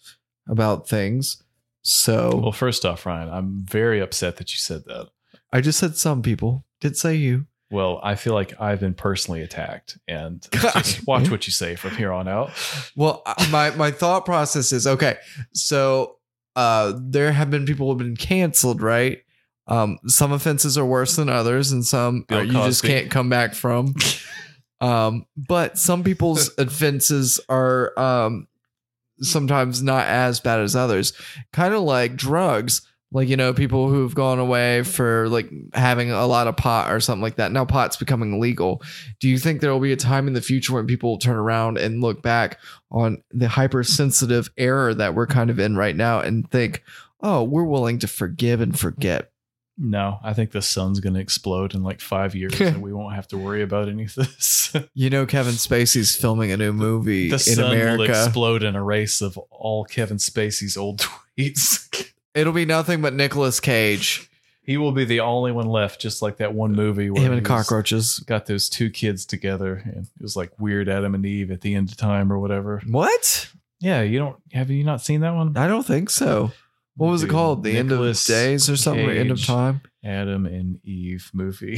S2: about things. So
S1: well, first off, Ryan, I'm very upset that you said that.
S2: I just said some people. Did say you.
S1: Well, I feel like I've been personally attacked, and just watch what you say from here on out.
S2: Well, I- my my thought process is okay. So uh, there have been people who have been canceled, right? Um, some offenses are worse than others, and some
S1: Bill
S2: uh, you just
S1: Cosby.
S2: can't come back from. um, but some people's offenses are um, sometimes not as bad as others. Kind of like drugs. Like, you know, people who've gone away for like having a lot of pot or something like that. Now pot's becoming legal. Do you think there will be a time in the future when people will turn around and look back on the hypersensitive error that we're kind of in right now and think, oh, we're willing to forgive and forget?
S1: No, I think the sun's going to explode in like five years, and we won't have to worry about any of this.
S2: You know, Kevin Spacey's filming a new movie
S1: the
S2: in
S1: sun will
S2: America.
S1: explode in a race of all Kevin Spacey's old tweets.
S2: It'll be nothing but Nicolas Cage,
S1: He will be the only one left, just like that one movie where
S2: Uh, him
S1: he
S2: and
S1: was-
S2: cockroaches.
S1: got those two kids together, and it was like weird Adam and Eve at the end of time or whatever.
S2: What?
S1: Yeah, you don't have you not seen that one?
S2: I don't think so. Uh, What was it
S1: Dude,
S2: called? The
S1: Nicolas
S2: end of days or something? Or end of
S1: Cage.
S2: time?
S1: Adam and Eve movie.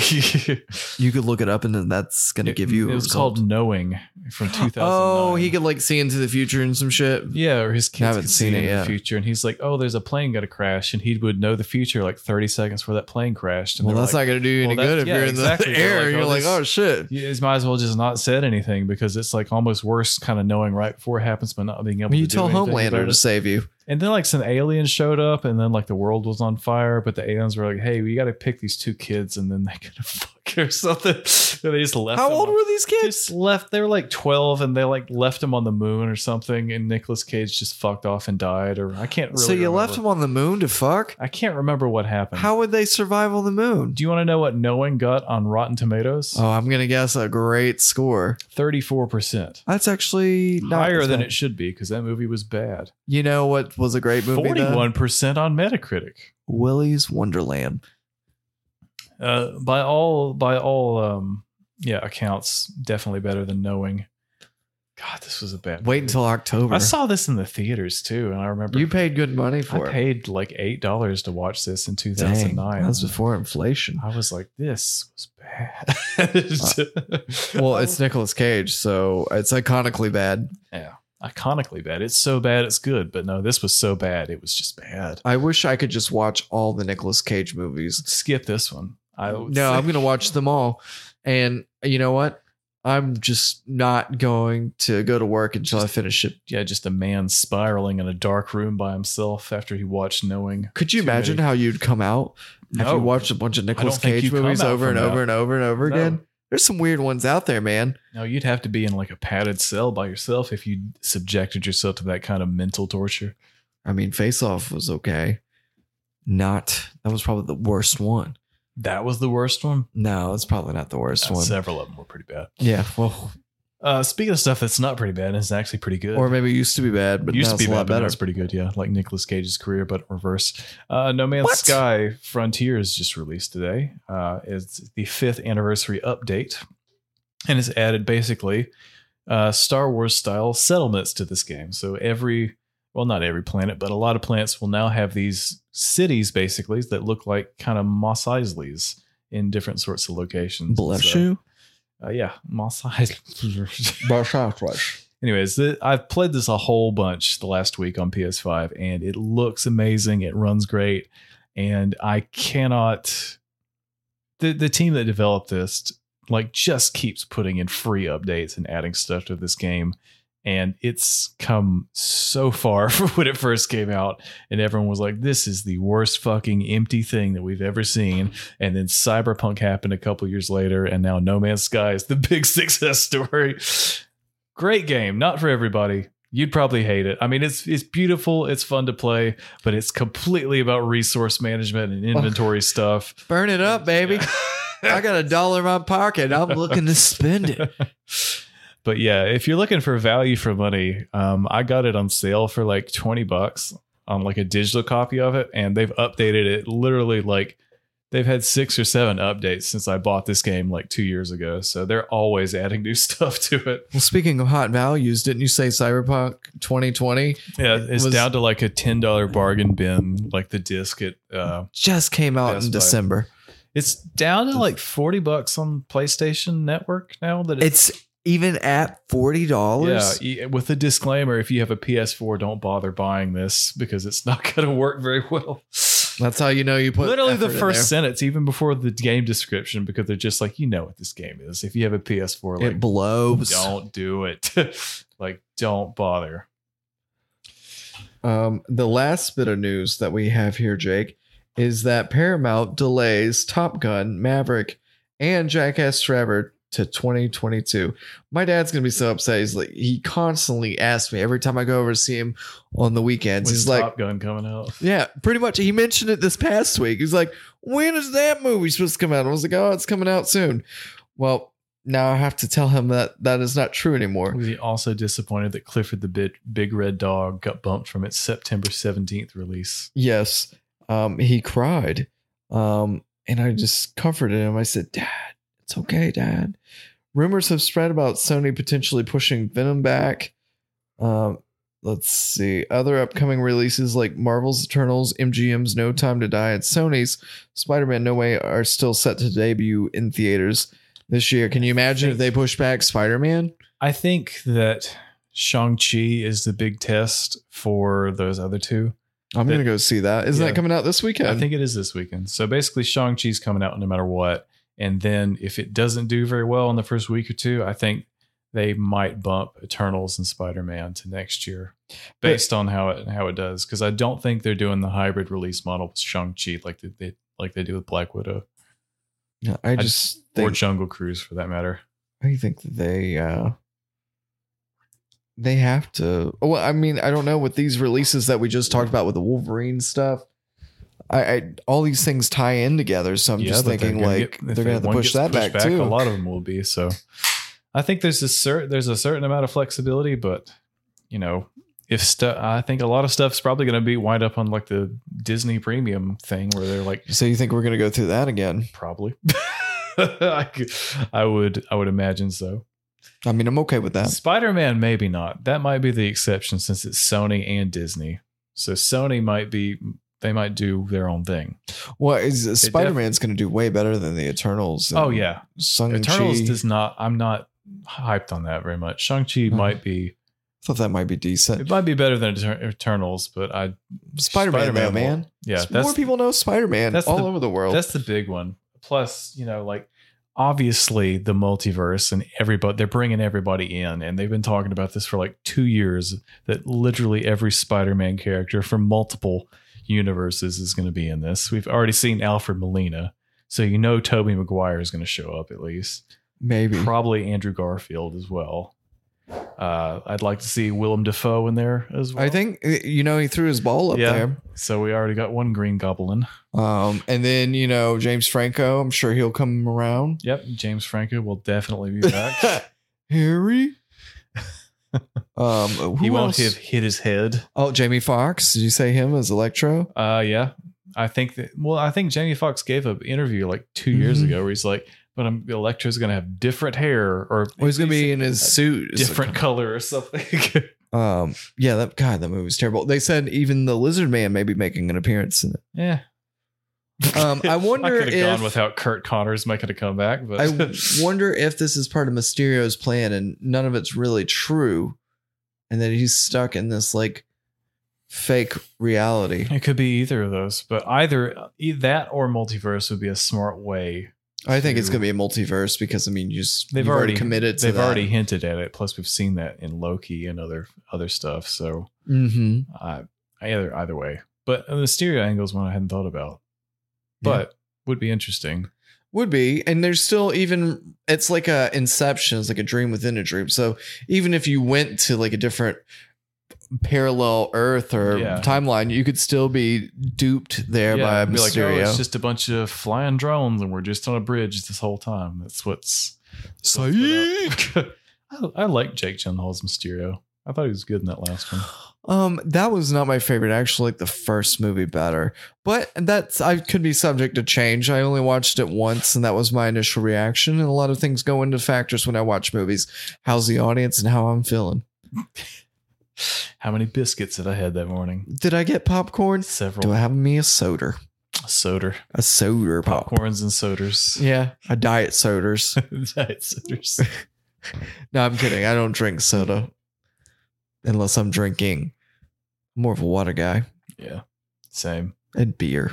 S2: You could look it up, and then that's going to give you.
S1: It,
S2: a
S1: was
S2: result.
S1: called Knowing from 2009.
S2: Oh, he could like see into the future and some shit.
S1: Yeah, or his kids
S2: haven't
S1: could
S2: seen
S1: see
S2: it
S1: in the
S2: yet.
S1: future, and he's like, "Oh, there's a plane gonna crash," and he would know the future like 30 seconds before that plane crashed. And
S2: Well,
S1: they're
S2: that's
S1: like,
S2: not going to do you any
S1: well, that-
S2: good if
S1: yeah,
S2: you're in
S1: exactly.
S2: the
S1: They're
S2: air
S1: like,
S2: and you're
S1: oh,
S2: like,
S1: this-
S2: oh shit.
S1: You just might as well just not said anything because it's like almost worse, kind of knowing right before it happens, but not being able.
S2: Well, you
S1: to do
S2: tell
S1: anything about
S2: Homelander
S1: it.
S2: to save you.
S1: And then like some aliens showed up, and then like the world was on fire, but the aliens were like, "Hey, we got to pick these two kids," and then they could have fuck or something. And they just left.
S2: How
S1: them
S2: old
S1: on-
S2: were these
S1: they
S2: kids?
S1: Just left. They were like twelve, and they like left them on the moon or something. And Nicolas Cage just fucked off and died, or I can't. Really
S2: so you
S1: remember.
S2: left them on the moon to fuck?
S1: I can't remember what happened.
S2: How would they survive on the moon?
S1: do you want to know what Knowing got on Rotten Tomatoes?
S2: Oh, I'm gonna guess a great score.
S1: Thirty-four percent.
S2: That's actually not
S1: Higher than
S2: bad.
S1: it should be because that movie was bad.
S2: You know what was a great movie? though?
S1: Forty-one percent on Metacritic.
S2: Willy's Wonderland.
S1: uh, by all by all um, yeah accounts, definitely better than knowing. God, this was a bad.
S2: Wait
S1: movie.
S2: until October.
S1: I saw this in the theaters too, and I remember
S2: you paid good money for
S1: I
S2: it.
S1: paid like eight dollars to watch this in two thousand
S2: Dang,
S1: nine.
S2: that was before inflation.
S1: I was like, this was bad.
S2: Well, it's Nicolas Cage, so it's iconically bad.
S1: yeah, iconically bad. It's so bad, it's good. But no, this was so bad, it was just bad.
S2: I wish I could just watch all the Nicolas Cage movies.
S1: Skip this one. I would
S2: No,
S1: say-
S2: I'm going to watch them all. And you know what? I'm just not going to go to work until I finish it.
S1: yeah, just a man spiraling in a dark room by himself after he watched Knowing.
S2: Could you
S1: Too
S2: imagine
S1: many.
S2: how you'd come out if
S1: No.
S2: you watched a bunch of Nicolas
S1: think you
S2: Cage
S1: come
S2: movies
S1: out
S2: over
S1: from
S2: and over
S1: that.
S2: and over and over
S1: No.
S2: again? There's some weird ones out there, man.
S1: No, you'd have to be in like a padded cell by yourself if you subjected yourself to that kind of mental torture.
S2: I mean, Face Off was okay. Not that was probably the worst one.
S1: That was the worst one.
S2: No, it's probably not the worst
S1: Uh,
S2: one.
S1: Several of them were pretty bad.
S2: Yeah, well,
S1: Uh, speaking of stuff that's not pretty bad, it's actually pretty good.
S2: or maybe it used to be bad, but
S1: used
S2: now
S1: to be
S2: it's a
S1: bad,
S2: lot
S1: but now
S2: better.
S1: it's pretty good. Yeah, like Nicolas Cage's career, but reverse. Uh, no Man's
S2: What?
S1: Sky Frontiers just released today. Uh, it's the fifth anniversary update, and it's added basically uh, Star Wars style settlements to this game. So every well, not every planet, but a lot of planets will now have these cities basically that look like kind of Moss Eisleys in different sorts of locations. So, uh, yeah, Moss Eisley. Anyways, th- I've played this a whole bunch the last week on PS5, and it looks amazing. It runs great, and I cannot. The the team that developed this like just keeps putting in free updates and adding stuff to this game, and it's come so far from when it first came out, and everyone was like, "This is the worst fucking empty thing that we've ever seen." And then Cyberpunk happened a couple years later, and now No Man's Sky is the big success story great game not for everybody you'd probably hate it i mean it's it's beautiful it's fun to play but it's completely about resource management and inventory stuff
S2: Burn it up, baby. I got a dollar in my pocket. I'm looking to spend it.
S1: but yeah if you're looking for value for money um i got it on sale for like 20 bucks on like a digital copy of it and they've updated it literally like they've had six or seven updates since i bought this game like two years ago so they're always adding new stuff to it
S2: Well, speaking of hot values, didn't you say Cyberpunk 2020
S1: yeah it's
S2: was-
S1: down to like a $10 bargain bin like the disc at uh
S2: just came out
S1: Best
S2: in
S1: Buy.
S2: December?
S1: It's down to like 40 bucks on PlayStation Network now that
S2: It's even at forty
S1: yeah,
S2: dollars.
S1: e- with a disclaimer if you have a PS4 don't bother buying this because it's not going to work very well.
S2: That's how you know you put
S1: Literally the
S2: effort in
S1: first sentence even before the game description because they're just like you know what this game is. If you have a PS4
S2: there.
S1: like
S2: It blows.
S1: don't do it. like don't bother.
S2: Um, the last bit of news that we have here, Jake, is that Paramount delays Top Gun, Maverick, and Jackass Forever to 2022. My dad's gonna be so upset. He's like, he constantly asks me every time I go over to see him on the weekends.
S1: When's
S2: he's like,
S1: Top Gun coming out?
S2: yeah, pretty much. He mentioned it this past week. He's like, when is that movie supposed to come out? I was like, oh, it's coming out soon. Well, now I have to tell him that that is not true anymore.
S1: Was he also disappointed that Clifford the Big, Big Red Dog got bumped from its September 17th release?
S2: Yes. Um, he cried. Um, and I just comforted him. I said, Dad, it's okay, Dad. Rumors have spread about Sony potentially pushing Venom back. Um, let's see. Other upcoming releases like Marvel's Eternals, MGM's No Time to Die, and Sony's Spider Man No Way are still set to debut in theaters this year. Can you imagine if they push back Spider Man?
S1: I think that Shang-Chi is the big test for those other two.
S2: I'm
S1: That-
S2: going to go see that. Isn't
S1: Yeah.
S2: that coming out this weekend?
S1: I think it is this weekend. So basically, Shang-Chi's coming out no matter what. And then if it doesn't do very well in the first week or two, I think they might bump Eternals and Spider-Man to next year based on how it how it does. Because I don't think they're doing the hybrid release model with Shang-Chi like they, they like they do with Black Widow
S2: Yeah, I just
S1: or
S2: think
S1: Jungle Cruise for that matter.
S2: I think that they uh they have to well I mean I don't know with these releases that we just talked about with the Wolverine stuff I, I all these things tie in together so I'm
S1: Yeah,
S2: just
S1: but they're
S2: thinking
S1: gonna
S2: like
S1: get- if
S2: they're gonna have to
S1: one
S2: push
S1: gets
S2: that
S1: pushed
S2: back, too
S1: A lot of them will be. So I think there's a certain there's a certain amount of flexibility, but you know, if stuff, I think a lot of stuff's probably going to be wind up on like the Disney premium thing where they're like
S2: So you think we're gonna go through that again?
S1: probably. I, could- I would I would imagine so.
S2: I mean, I'm okay with that.
S1: Spider-Man maybe not. That might be the exception since it's Sony and Disney. So Sony might be they might do their own thing.
S2: What is
S1: def-
S2: Spider Man's gonna do way better than the Eternals?
S1: Oh yeah.
S2: Sung
S1: Eternals
S2: Chi.
S1: does not. I'm not hyped on that very much. Shang Chi
S2: Hmm.
S1: might be.
S2: thought that might be
S1: It
S2: decent.
S1: might be better than Eter- Eternals, but I
S2: Spider Man, though,
S1: Spider-Man will-
S2: man.
S1: yeah,
S2: more
S1: that's
S2: people know Spider Man
S1: that's
S2: all
S1: the-
S2: over the world.
S1: that's the big one. Plus, you know, like obviously the multiverse and everybody they're bringing everybody in, and they've been talking about this for like two years. That literally every Spider-Man character from multiple universes is going to be in this. We've already seen Alfred Molina, so you know Toby Maguire is going to show up at least.
S2: Maybe.
S1: probably Andrew Garfield as well. Uh, I'd like to see Willem Dafoe in there as well.
S2: I think uh, you know he threw his ball up
S1: Yeah.
S2: there.
S1: so. We already got one Green Goblin.
S2: Um, and then you know James Franco. I'm sure he'll come around.
S1: Yep, James Franco will definitely be back.
S2: Harry. um, who
S1: he won't
S2: else?
S1: have hit his head.
S2: Oh, Jamie Foxx. Did you say him as Electro?
S1: Uh, yeah, I think that. Well, I think Jamie Foxx gave an interview like 2 years
S2: Mhm.
S1: ago where he's like, "But I'm Electra's going to have different hair or
S2: Well, Oh, he's gonna
S1: at least
S2: be in his suit.
S1: a
S2: It's
S1: different color or something."
S2: like, Um, yeah. That God, that movie was terrible. They said even the Lizard Man may be making an appearance in it.
S1: yeah.
S2: Um, I wonder
S1: I could have
S2: if-
S1: gone without Kurt Connors making a comeback, but
S2: I wonder if this is part of Mysterio's plan and none of it's really true, and that he's stuck in this like fake reality.
S1: It could be either of those, but either e- that or multiverse would be a smart way.
S2: I think it's
S1: to-
S2: gonna be a multiverse because I mean, you just
S1: They've
S2: you've already,
S1: already-
S2: committed to
S1: They've
S2: that.
S1: already hinted at it. Plus, we've seen that in Loki and other other stuff. So
S2: hmm
S1: uh, either either way, but the Mysterio angle is one I hadn't thought about, but would be interesting.
S2: Would be, and there's still even it's like a inception, it's like a dream within a dream. So even if you went to like a different parallel Earth or
S1: Yeah.
S2: timeline, you could still be duped there
S1: Yeah,
S2: by
S1: be like, oh,
S2: Mysterio.
S1: it's just a bunch of flying drones, and we're just on a bridge this whole time. That's what's. that's what's
S2: Psych!
S1: been up. I, I like Jake Gyllenhaal's Mysterio. I thought he was good in that last one.
S2: Um, that was not my favorite. I actually like the first movie better, but that's I could be subject to change. I only watched it once, and that was my initial reaction. And a lot of things go into factors when I watch movies: how's the audience and how I'm feeling.
S1: How many biscuits had I had that morning?
S2: Did I get popcorn?
S1: Several.
S2: Do I have me a soda?
S1: Soder.
S2: A soda pop?
S1: popcorns and soders.
S2: Oh. Yeah, a diet sodas.
S1: Diet soders.
S2: no, I'm kidding. I don't drink soda unless I'm drinking. I'm more of a water guy
S1: Yeah. Same.
S2: and beer.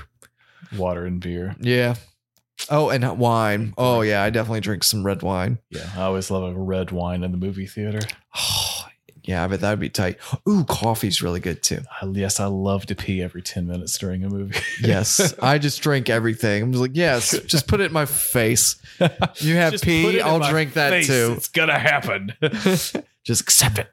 S1: Water and beer.
S2: Yeah. Oh, and wine. Oh, yeah. I definitely drink some red wine.
S1: Yeah. I always love a red wine in the movie theater.
S2: Oh, yeah, I bet that'd be tight. Ooh, coffee's really good too.
S1: I, yes, I love to pee every 10 minutes during a movie.
S2: Yes, I just drink everything. I'm just like, yes, just put it in my face. You have
S1: Just put it
S2: pee,
S1: in
S2: I'll
S1: my
S2: drink that
S1: face.
S2: too.
S1: It's going to happen.
S2: Just accept it.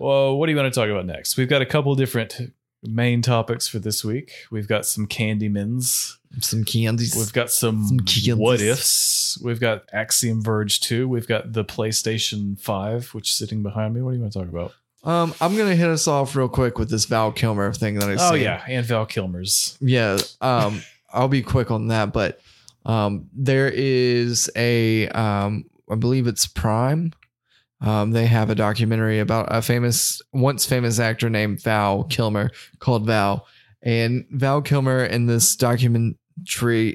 S1: well, what do you want to talk about next? We've got a couple different main topics for this week. We've got some Candymans.
S2: Some candies.
S1: We've got some,
S2: Some Candys.
S1: what ifs. We've got Axiom Verge 2. We've got the PlayStation 5, which is sitting behind me. What do you want to talk about?
S2: um, I'm gonna hit us off real quick with this Val Kilmer thing that I
S1: Oh,
S2: seen.
S1: yeah. And Val Kilmer's.
S2: yeah. Um, I'll be quick on that, but um, there is a um, I believe it's Prime. Um, they have a documentary about a famous, once famous actor named Val Kilmer called Val, and Val Kilmer in this documentary,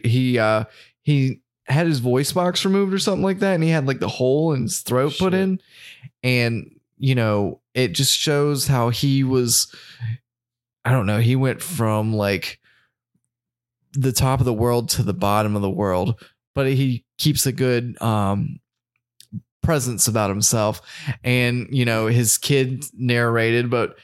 S2: he uh, he had his voice box removed or something like that, and he had like the hole in his throat
S1: Shit.
S2: put in, and you know it just shows how he was. I don't know. He went from like the top of the world to the bottom of the world but he keeps a good um presence about himself and you know his kid narrated but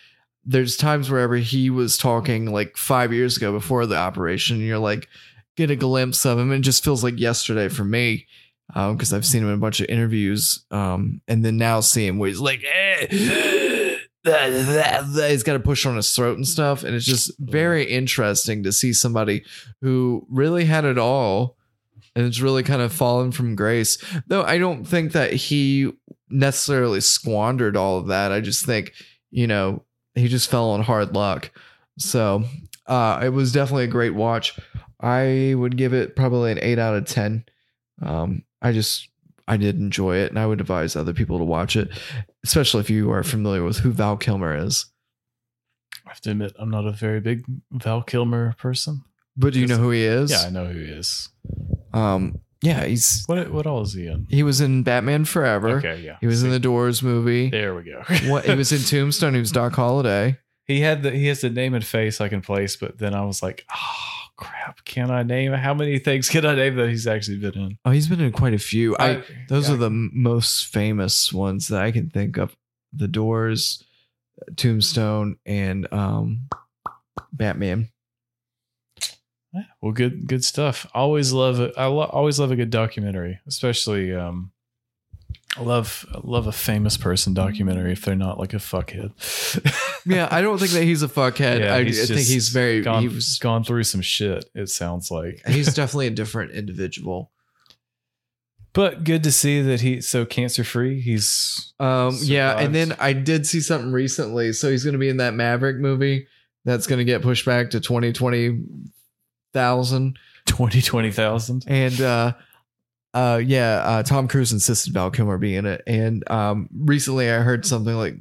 S2: there's times wherever he was talking like five years ago before the operation you're like get a glimpse of him and it just feels like yesterday for me because I've seen him in a bunch of interviews um and then now see him where he's like eh, that, that, that. he's got to push on his throat and stuff and it's just very interesting to see somebody who really had it all and it's really kind of fallen from grace. Though I don't think that he necessarily squandered all of that. I just think, you know, he just fell on hard luck. So Uh, it was definitely a great watch. I would give it probably an eight out of ten. Um, I just I did enjoy it, and I would advise other people to watch it, especially if you are familiar with who Val Kilmer is.
S1: I have to admit, I'm not a very big Val Kilmer person.
S2: But do you know who he is?
S1: Yeah, I know who he is.
S2: Um, yeah, he's
S1: What what all is he in?
S2: he was in Batman Forever.
S1: Okay, yeah.
S2: He was in the Doors movie.
S1: There we go.
S2: What he was in Tombstone. He was Doc Holliday.
S1: He had the he has the name and face I can place, but then I was like, oh crap, can I name how many things can I name that he's actually been in?
S2: Oh, he's been in quite a few. I, those
S1: yeah.
S2: are the m- most famous ones that I can think of. The Doors, Tombstone, and um, Batman.
S1: Yeah, well, good good stuff. Always love it. I lo- always love a good documentary, especially um, I love I love a famous person documentary if they're not like a fuckhead.
S2: Yeah, I don't think that he's a fuckhead.
S1: Yeah,
S2: I, I
S1: he's
S2: think
S1: just
S2: he's very.
S1: gone,
S2: he was,
S1: gone through some shit. It sounds like,
S2: he's definitely a different individual.
S1: but good to see that he's so cancer free. He's
S2: Um, yeah, and
S1: Survived.
S2: then I did see something recently. So he's going to be in that Maverick movie that's going to get pushed back to twenty twenty thousand.
S1: twenty twenty thousand.
S2: And uh, uh, yeah, uh, Tom Cruise insisted Val Kilmer be in it. And um, recently I heard something like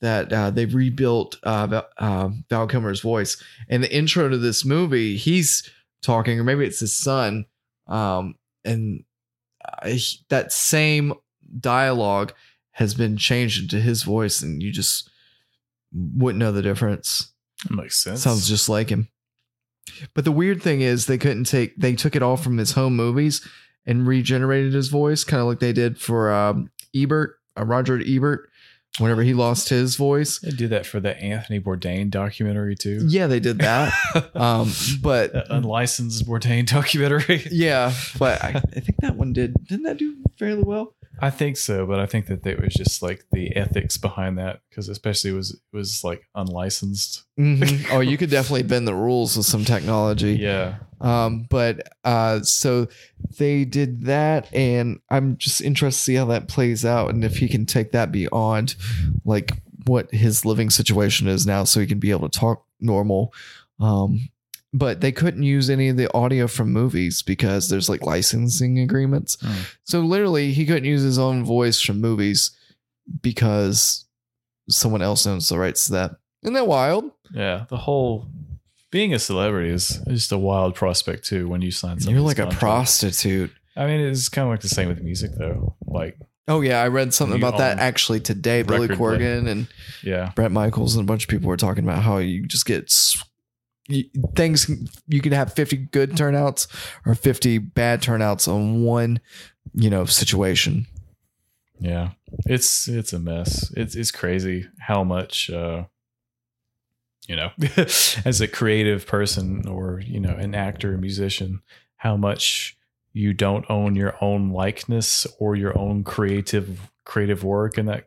S2: that uh, they rebuilt uh, Val, uh, Val Kilmer's voice. And the intro to this movie, he's talking, or maybe it's his son. Um, and uh, he- that same dialogue has been changed into his voice, and you just wouldn't know the difference.
S1: Makes sense.
S2: Sounds just like him. But the weird thing is they couldn't take they took it all from his home movies and regenerated his voice, kind of like they did for um, Ebert, uh, Roger Ebert, whenever he lost his voice.
S1: They do that for the Anthony Bourdain documentary too.
S2: Yeah, they did that. um, but
S1: That unlicensed Bourdain documentary.
S2: yeah, but I, I think that one did. Didn't that do fairly well?
S1: I think so, but I think that it was just like the ethics behind that because especially it was it was like unlicensed.
S2: Mhm. Oh, you could definitely bend the rules with some technology.
S1: Yeah,
S2: Um, but uh, so they did that, and I'm just interested to see how that plays out and if he can take that beyond like what his living situation is now so he can be able to talk normal. Um, but they couldn't use any of the audio from movies because there's like licensing agreements.
S1: Hmm.
S2: So literally, he couldn't use his own voice from movies because someone else owns the rights to that. Isn't that wild?
S1: yeah. The whole being a celebrity is just a wild prospect too. When you sign,
S2: You're
S1: somebody's
S2: like a
S1: contract.
S2: prostitute.
S1: I mean, it's kind of like the same with music though. Like,
S2: Oh yeah, I read something
S1: You
S2: about that
S1: own
S2: actually today. Billy
S1: record
S2: Corgan and
S1: yeah,
S2: Brett Michaels and a bunch of people were talking about how you just get s- you, things. You can have fifty good turnouts or fifty bad turnouts on one, you know, situation.
S1: yeah. It's it's a mess. It's it's crazy how much. uh you know, as a creative person or, you know, an actor, a musician, how much you don't own your own likeness or your own creative creative work and that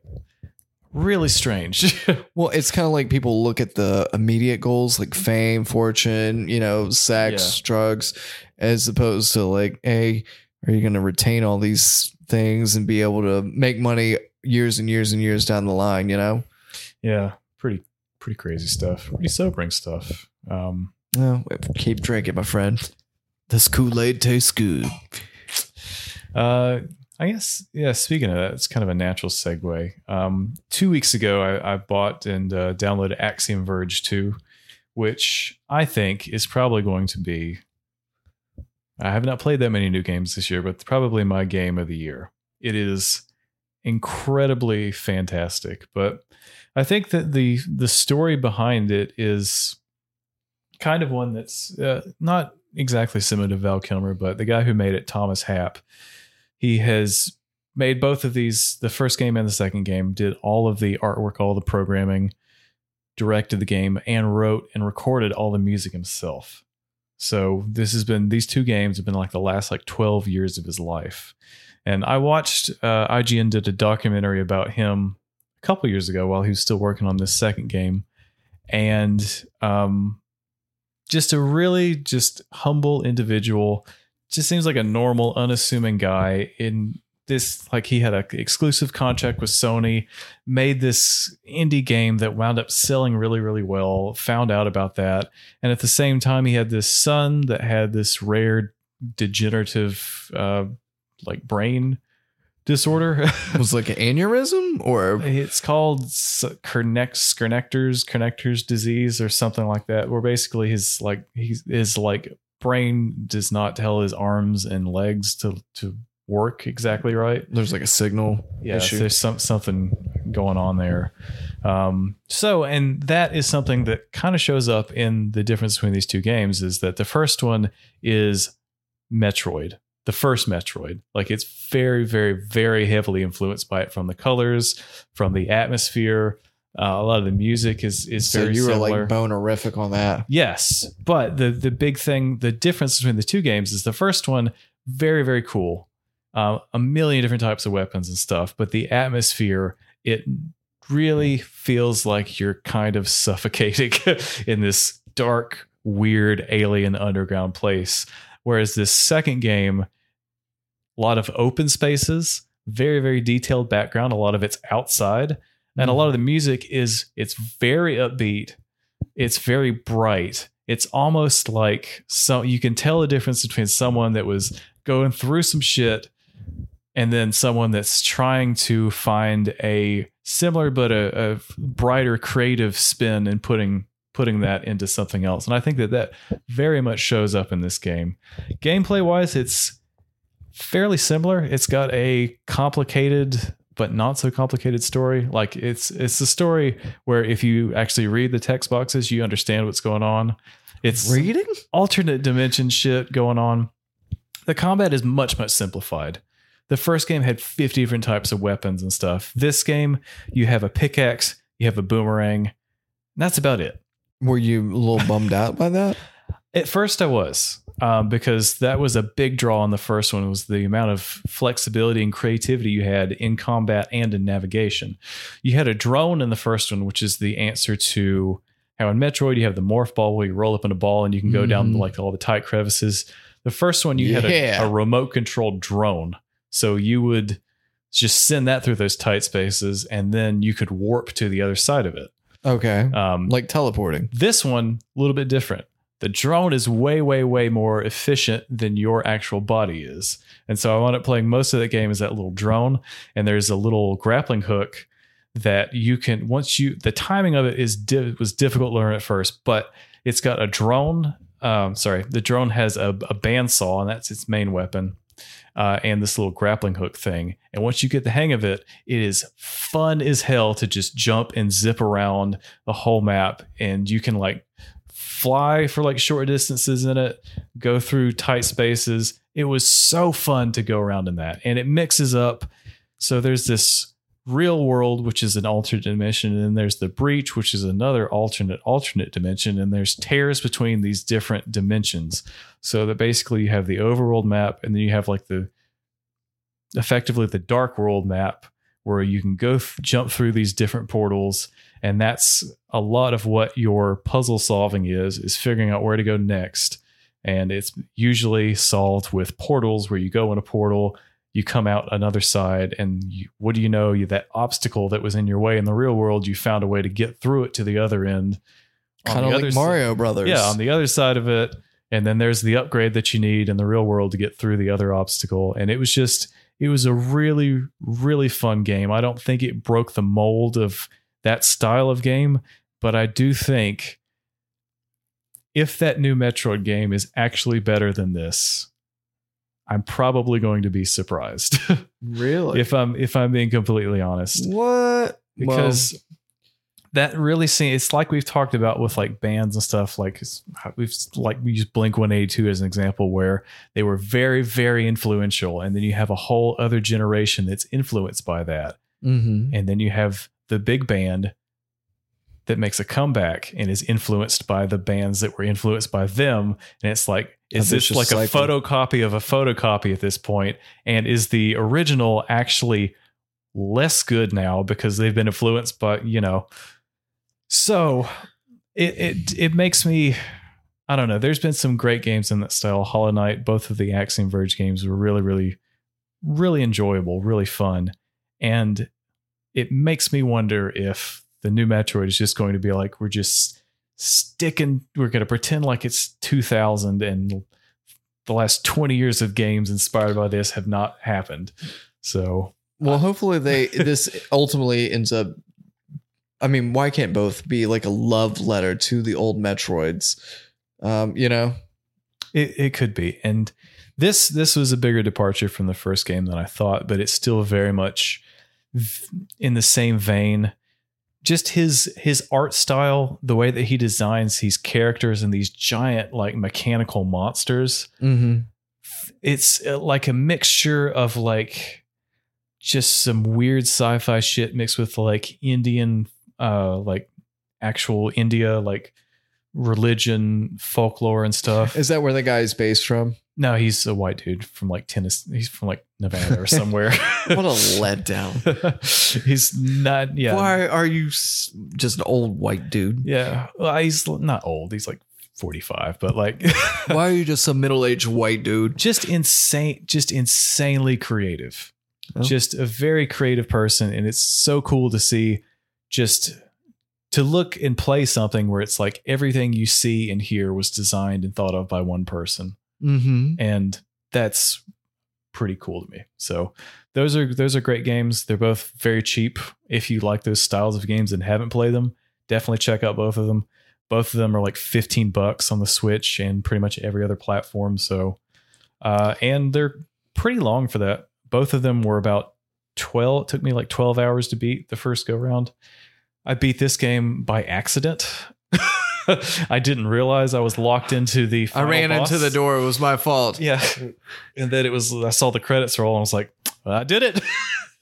S1: really strange.
S2: Well, it's kind of like people look at the immediate goals like fame, fortune, you know, sex, drugs, as opposed to like, hey, are you going to retain all these things and be able to make money years and years and years down the line? You know.
S1: yeah, pretty pretty crazy stuff. Pretty sobering stuff. Um
S2: No, Oh, keep drinking, my friend. This Kool Aid tastes good.
S1: Uh, I guess yeah. Speaking of that, it's kind of a natural segue. Um, two weeks ago, I, I bought and uh, downloaded Axiom Verge two, which I think is probably going to be. I have not played that many new games this year, but probably my game of the year. It is incredibly fantastic, but I think that the the story behind it is kind of one that's uh, not exactly similar to Val Kilmer, but the guy who made it, Thomas Happ, he has made both of these the first game and the second game did all of the artwork all the programming directed the game and wrote and recorded all the music himself so this has been these two games have been like the last like 12 years of his life and i watched uh, ign did a documentary about him a couple years ago while he was still working on this second game and um just a really just humble individual just seems like a normal, unassuming guy in this like he had a exclusive contract with Sony, made this indie game that wound up selling really really well, found out about that, and at the same time he had this son that had this rare degenerative uh like brain disorder.
S2: was like an aneurysm or
S1: It's called s- Kernex Kernectors Kernectors disease or something like that, where basically his like he's his like brain does not tell his arms and legs to to work exactly right.
S2: there's like a signal
S1: Yeah,
S2: issue.
S1: there's some something going on there. Um, so, and that is something that kind of shows up in the difference between these two games is that the first one is Metroid, the first Metroid. Like it's very, very, very heavily influenced by it from the colors, from the atmosphere. Uh, a lot of the music is is
S2: so
S1: very
S2: you were
S1: similar.
S2: like bonerific on that.
S1: Yes, but the the big thing, the difference between the two games is the first one very very cool, um, a million different types of weapons and stuff, but the atmosphere it really feels like you're kind of suffocating in this dark, weird alien underground place. Whereas this second game, a lot of open spaces, very very detailed background, a lot of it's outside, and a lot of the music is it's very upbeat it's very bright. It's almost like so you can tell the difference between someone that was going through some shit and then someone that's trying to find a similar but a, a brighter creative spin and putting putting that into something else. And I think that that very much shows up in this game. Gameplay wise, it's fairly similar. It's got a complicated but not so complicated story. Like it's it's a story where if you actually read the text boxes, you understand what's going on. It's
S2: Reading?
S1: alternate dimension shit going on. The combat is much much simplified. The first game had 50 different types of weapons and stuff. This game, you have a pickaxe, you have a boomerang. and That's about it.
S2: Were you a little bummed out by that?
S1: At first, I was um, because that was a big draw on the first one was the amount of flexibility and creativity you had in combat and in navigation. You had a drone in the first one, which is the answer to how in Metroid you have the morph ball where you roll up in a ball and you can go down
S2: Mhm.
S1: like all the tight crevices. The first one you had
S2: Yeah.
S1: a, a remote controlled drone, so you would just send that through those tight spaces and then you could warp to the other side of it.
S2: Okay.
S1: Um,
S2: Like teleporting.
S1: this one, a little bit different. The drone is way, way, way more efficient than your actual body is. And so I wound up playing most of the game as that little drone. And there's a little grappling hook that you can, once you, the timing of it is di- was difficult to learn at first, but it's got a drone. Um, sorry, the drone has a, a bandsaw, and that's its main weapon. Uh, and this little grappling hook thing. And once you get the hang of it, it is fun as hell to just jump and zip around the whole map and you can like fly for like short distances in it go through tight spaces it was so fun to go around in that and it mixes up so there's this real world which is an alternate dimension and then there's the breach which is another alternate alternate dimension and there's tears between these different dimensions so that basically you have the overworld map and then you have like the effectively the dark world map where you can go th- jump through these different portals and that's a lot of what your puzzle solving is is figuring out where to go next and it's usually solved with portals where you go in a portal you come out another side and you, what do you know you that obstacle that was in your way in the real world you found a way to get through it to the other end On
S2: Kind of
S1: the
S2: like
S1: other s-
S2: Mario Brothers.
S1: yeah, on the other side of it, and then there's the upgrade that you need in the real world to get through the other obstacle. And it was just, it was a really, really fun game. I don't think it broke the mold of that style of game, but I do think if that new Metroid game is actually better than this, I'm probably going to be surprised.
S2: really?
S1: if I'm if I'm being completely honest
S2: what?
S1: because that really seems it's like we've talked about with like bands and stuff like it's- we've like we use blink 182 as an example where they were very very influential and then you have a whole other generation that's influenced by that
S2: Well, mhm.
S1: and then you have the big band that makes a comeback and is influenced by the bands that were influenced by them and it's like is this
S2: vicious
S1: like a
S2: cycle.
S1: photocopy of a photocopy at this point and is the original actually less good now because they've been influenced by you know so it it it makes me I don't know. There's been some great games in that style. Hollow Knight, both of the Axiom Verge games were really, really, really enjoyable, really fun. And it makes me wonder if the new Metroid is just going to be like, we're just sticking, we're going to pretend like it's 2000 and the last 20 years of games inspired by this have not happened. So
S2: Well, hopefully they this ultimately ends up. I mean, why can't both be like a love letter to the old Metroids? Um, you know,
S1: It it could be. And this this was a bigger departure from the first game than I thought, but it's still very much v- in the same vein. Just his his art style, the way that he designs these characters and these giant like mechanical monsters,
S2: mm-hmm.
S1: it's uh, like a mixture of like just some weird sci-fi shit mixed with like Indian uh like actual India like religion, folklore and stuff.
S2: is that where the guy is based from?
S1: No, he's a white dude from like Tennessee. He's from like Nevada or somewhere.
S2: What a letdown!
S1: he's not. Yeah,
S2: Why are you s- just an old white dude?
S1: yeah. Well, he's not old. He's like forty-five, but like
S2: Why are you just some middle aged white dude?
S1: just insane, just insanely creative.
S2: Oh.
S1: Just a very creative person, and it's so cool to see. Just to look and play something where it's like everything you see and hear was designed and thought of by one person.
S2: Mm-hmm.
S1: and that's pretty cool to me. So those are those are great games. They're both very cheap. If you like those styles of games and haven't played them, definitely check out both of them. Both of them are like 15 bucks on the Switch and pretty much every other platform. So uh and they're pretty long for that. Both of them were about 12 it took me like 12 hours to beat the first go round. I beat this game by accident. I didn't realize I was locked into the
S2: I
S1: final
S2: ran into
S1: boss.
S2: the door. It was my fault.
S1: Yeah. And then it was, I saw the credits roll and I was like, I did it.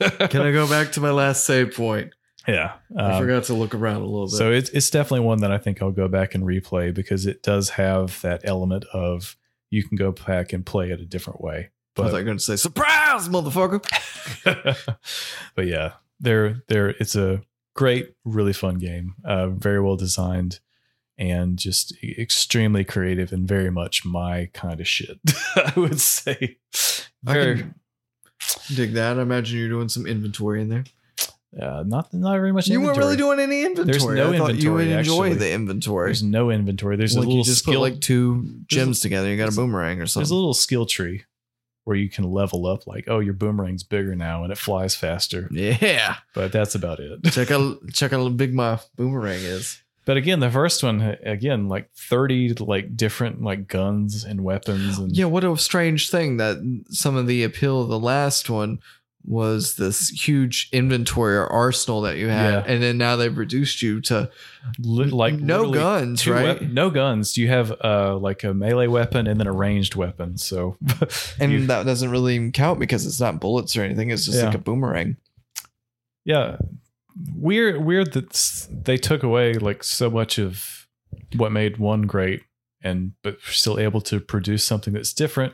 S2: Can I go back to my last save point?
S1: yeah.
S2: I
S1: Um,
S2: forgot to look around a little bit.
S1: so it's, it's definitely one that I think I'll go back and replay because it does have that element of you can go back and play it a different way.
S2: I was
S1: But,
S2: like going to say surprise, motherfucker.
S1: but yeah, they're, they're, it's a great, really fun game. Uh, very well designed and just e- extremely creative and very much my kind of shit, I would say.
S2: I
S1: Very-
S2: can dig that. I imagine you're doing some inventory in there.
S1: uh, not, not very much.
S2: You weren't
S1: inventory.
S2: really doing any inventory.
S1: no
S2: I thought you would
S1: inventory,
S2: enjoy
S1: actually.
S2: the inventory.
S1: There's no inventory. There's
S2: like
S1: a little
S2: you just
S1: skill.
S2: put like two
S1: There's
S2: gems together. You got a
S1: there's-
S2: boomerang or
S1: there's a
S2: something.
S1: little skill tree where you can level up. Like, oh, your boomerang's bigger now and it flies faster.
S2: yeah.
S1: But that's about it.
S2: Check out check out how big my boomerang is.
S1: but again, the first one, again, like thirty like different like guns and weapons and
S2: Yeah, what a strange thing that some of the appeal of the last one was this huge inventory or arsenal that you had,
S1: Yeah.
S2: and then now they've reduced you to
S1: li- like
S2: no
S1: literally
S2: guns,
S1: two
S2: right?
S1: wep- no guns. You have uh like a melee weapon and then a ranged weapon. So
S2: and
S1: you-
S2: that doesn't really even count because it's not bullets or anything. It's just
S1: Yeah.
S2: like a boomerang.
S1: yeah weird weird that s- they took away like so much of what made one great and but still able to produce something that's different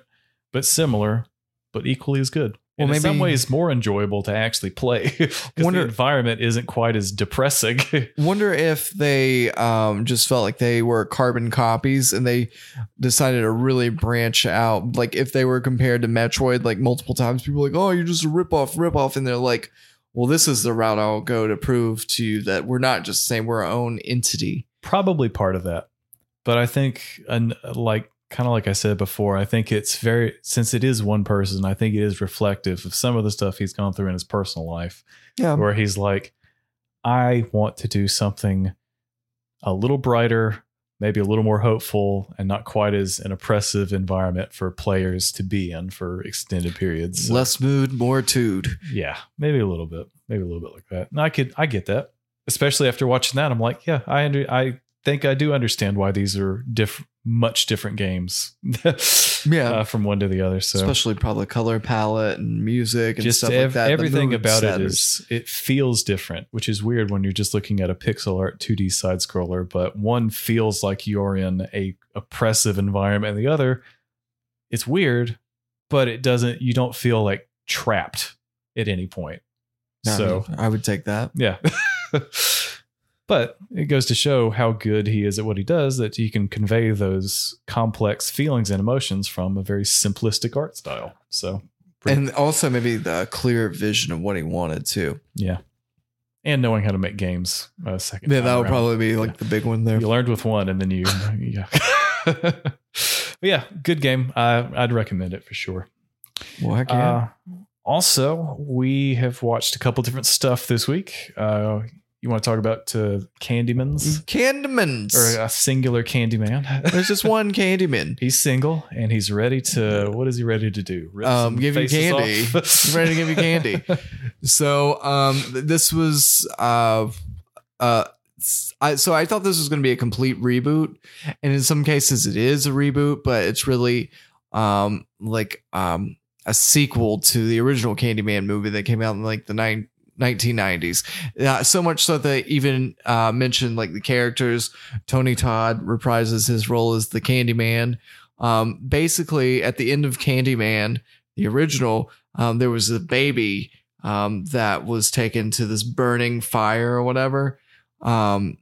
S1: but similar but equally as good
S2: Well,
S1: and in some
S2: maybe-
S1: ways more enjoyable to actually play because the
S2: Wonder-
S1: environment isn't quite as depressing
S2: Wonder if they um, just felt like they were carbon copies and they decided to really branch out. Like if they were compared to Metroid, like multiple times, people were like, oh, you're just a ripoff, ripoff. And they're like, well, this is the route I'll go to prove to you that we're not just saying we're our own entity.
S1: probably part of that but i think and like kind of like i said before i think it's very since it is one person i think it is reflective of some of the stuff he's gone through in his personal life
S2: Yeah.
S1: where he's like, I want to do something a little brighter, maybe a little more hopeful, and not quite as an oppressive environment for players to be in for extended periods. So,
S2: Less mood, more tude.
S1: yeah, maybe a little bit, maybe a little bit like that. And I could, I get that, especially after watching that. I'm like, yeah, I under, I think I do understand why these are diff, much different games,
S2: Yeah.
S1: uh, from one to the other. So
S2: Especially probably color palette and music and
S1: just
S2: stuff
S1: ev-
S2: like that. The
S1: everything
S2: mood
S1: about it
S2: setters.
S1: is it feels different which is weird when you're just looking at a pixel art 2d side scroller but one feels like you're in a oppressive environment and the other it's weird but it doesn't you don't feel like trapped at any point
S2: Yeah, I
S1: so
S2: mean, I would take that.
S1: yeah but it goes to show how good he is at what he does that he can convey those complex feelings and emotions from a very simplistic art style so
S4: Pretty-
S2: and also maybe the clear vision of what he wanted too.
S1: Yeah. And knowing how to make games a second.
S2: Yeah,
S1: time
S2: that would
S1: around.
S2: probably be like the big one there.
S1: You learned with one and then you. yeah. but yeah, good game. I, I'd recommend it for sure.
S2: Well, heck yeah.
S1: Uh, also, we have watched a couple different stuff this week. Uh, you want to talk about uh, Candyman's
S2: Candymans.
S1: or uh, a singular Candyman?
S2: There's just one Candyman.
S1: He's single and he's ready to. What is he ready to do? Rip
S2: Mm-hmm. Um,
S1: some
S2: give you
S1: faces
S2: candy.
S1: off?
S2: He's ready to give you candy. So um, th- this was uh, uh, s- I, so I thought this was going to be a complete reboot, and in some cases it is a reboot, but it's really um like um a sequel to the original Candyman movie that came out in like the nine. 1990s. Uh, so much so that they even uh, mentioned like the characters. Tony Todd reprises his role as the Candyman. Um, basically, at the end of Candyman, the original, um, there was a baby um, that was taken to this burning fire or whatever. Um,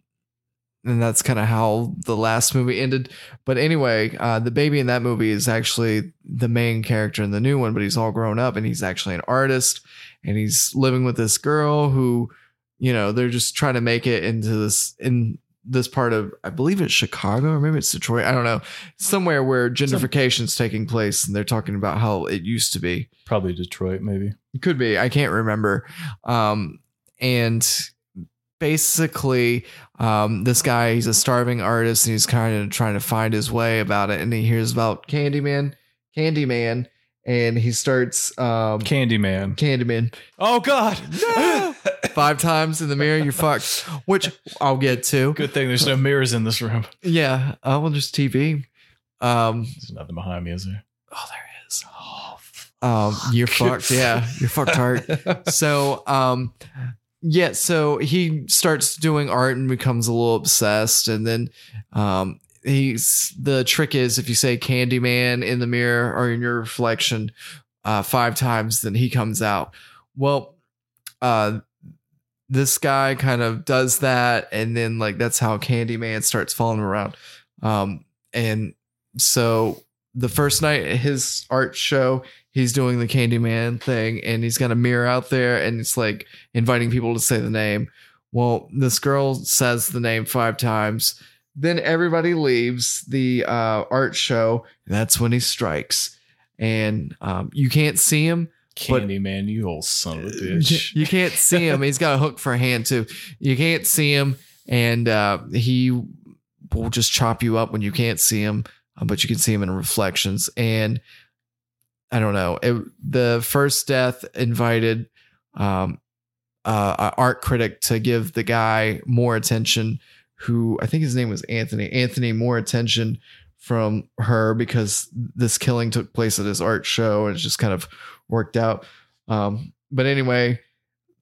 S2: and that's kind of how the last movie ended. But anyway, uh, the baby in that movie is actually the main character in the new one, but he's all grown up and he's actually an artist and he's living with this girl who, you know, they're just trying to make it into this in this part of I believe it's Chicago or maybe it's Detroit. I don't know. Somewhere where gentrification is taking place and they're talking about how it used to be.
S1: Probably Detroit, maybe.
S2: Could be. I can't remember. Um, and basically, um, this guy, he's a starving artist and he's kind of trying to find his way about it. And he hears about Candyman, Candyman, and he starts um,
S1: Candyman.
S2: Candyman
S1: Oh God! No!
S2: five times in the mirror. You're fucked, which I'll get to.
S1: Good thing there's no mirrors in this room.
S2: Yeah. I will just TV. Um,
S1: There's nothing behind me, is there? Oh, there is.
S2: um, you're fucked. Yeah. You're fucked hard. so um yeah so he starts doing art and becomes a little obsessed and then um he's the trick is if you say candyman in the mirror or in your reflection uh five times then he comes out well uh this guy kind of does that and then like that's how candyman starts following him around um and so the first night at his art show he's doing the Candyman thing and he's got a mirror out there and it's like inviting people to say the name. Well, this girl says the name five times. Then everybody leaves the uh, art show. That's when he strikes. And um, you can't see him.
S1: Candyman, you old son of a bitch.
S2: You can't see him. He's got a hook for a hand, too. You can't see him. And uh, he will just chop you up when you can't see him, uh, but you can see him in reflections. And I don't know. It, the first death invited um, uh, an art critic to give the guy more attention, who I think his name was Anthony. Anthony more attention from her because this killing took place at his art show and it just kind of worked out. Um, but anyway,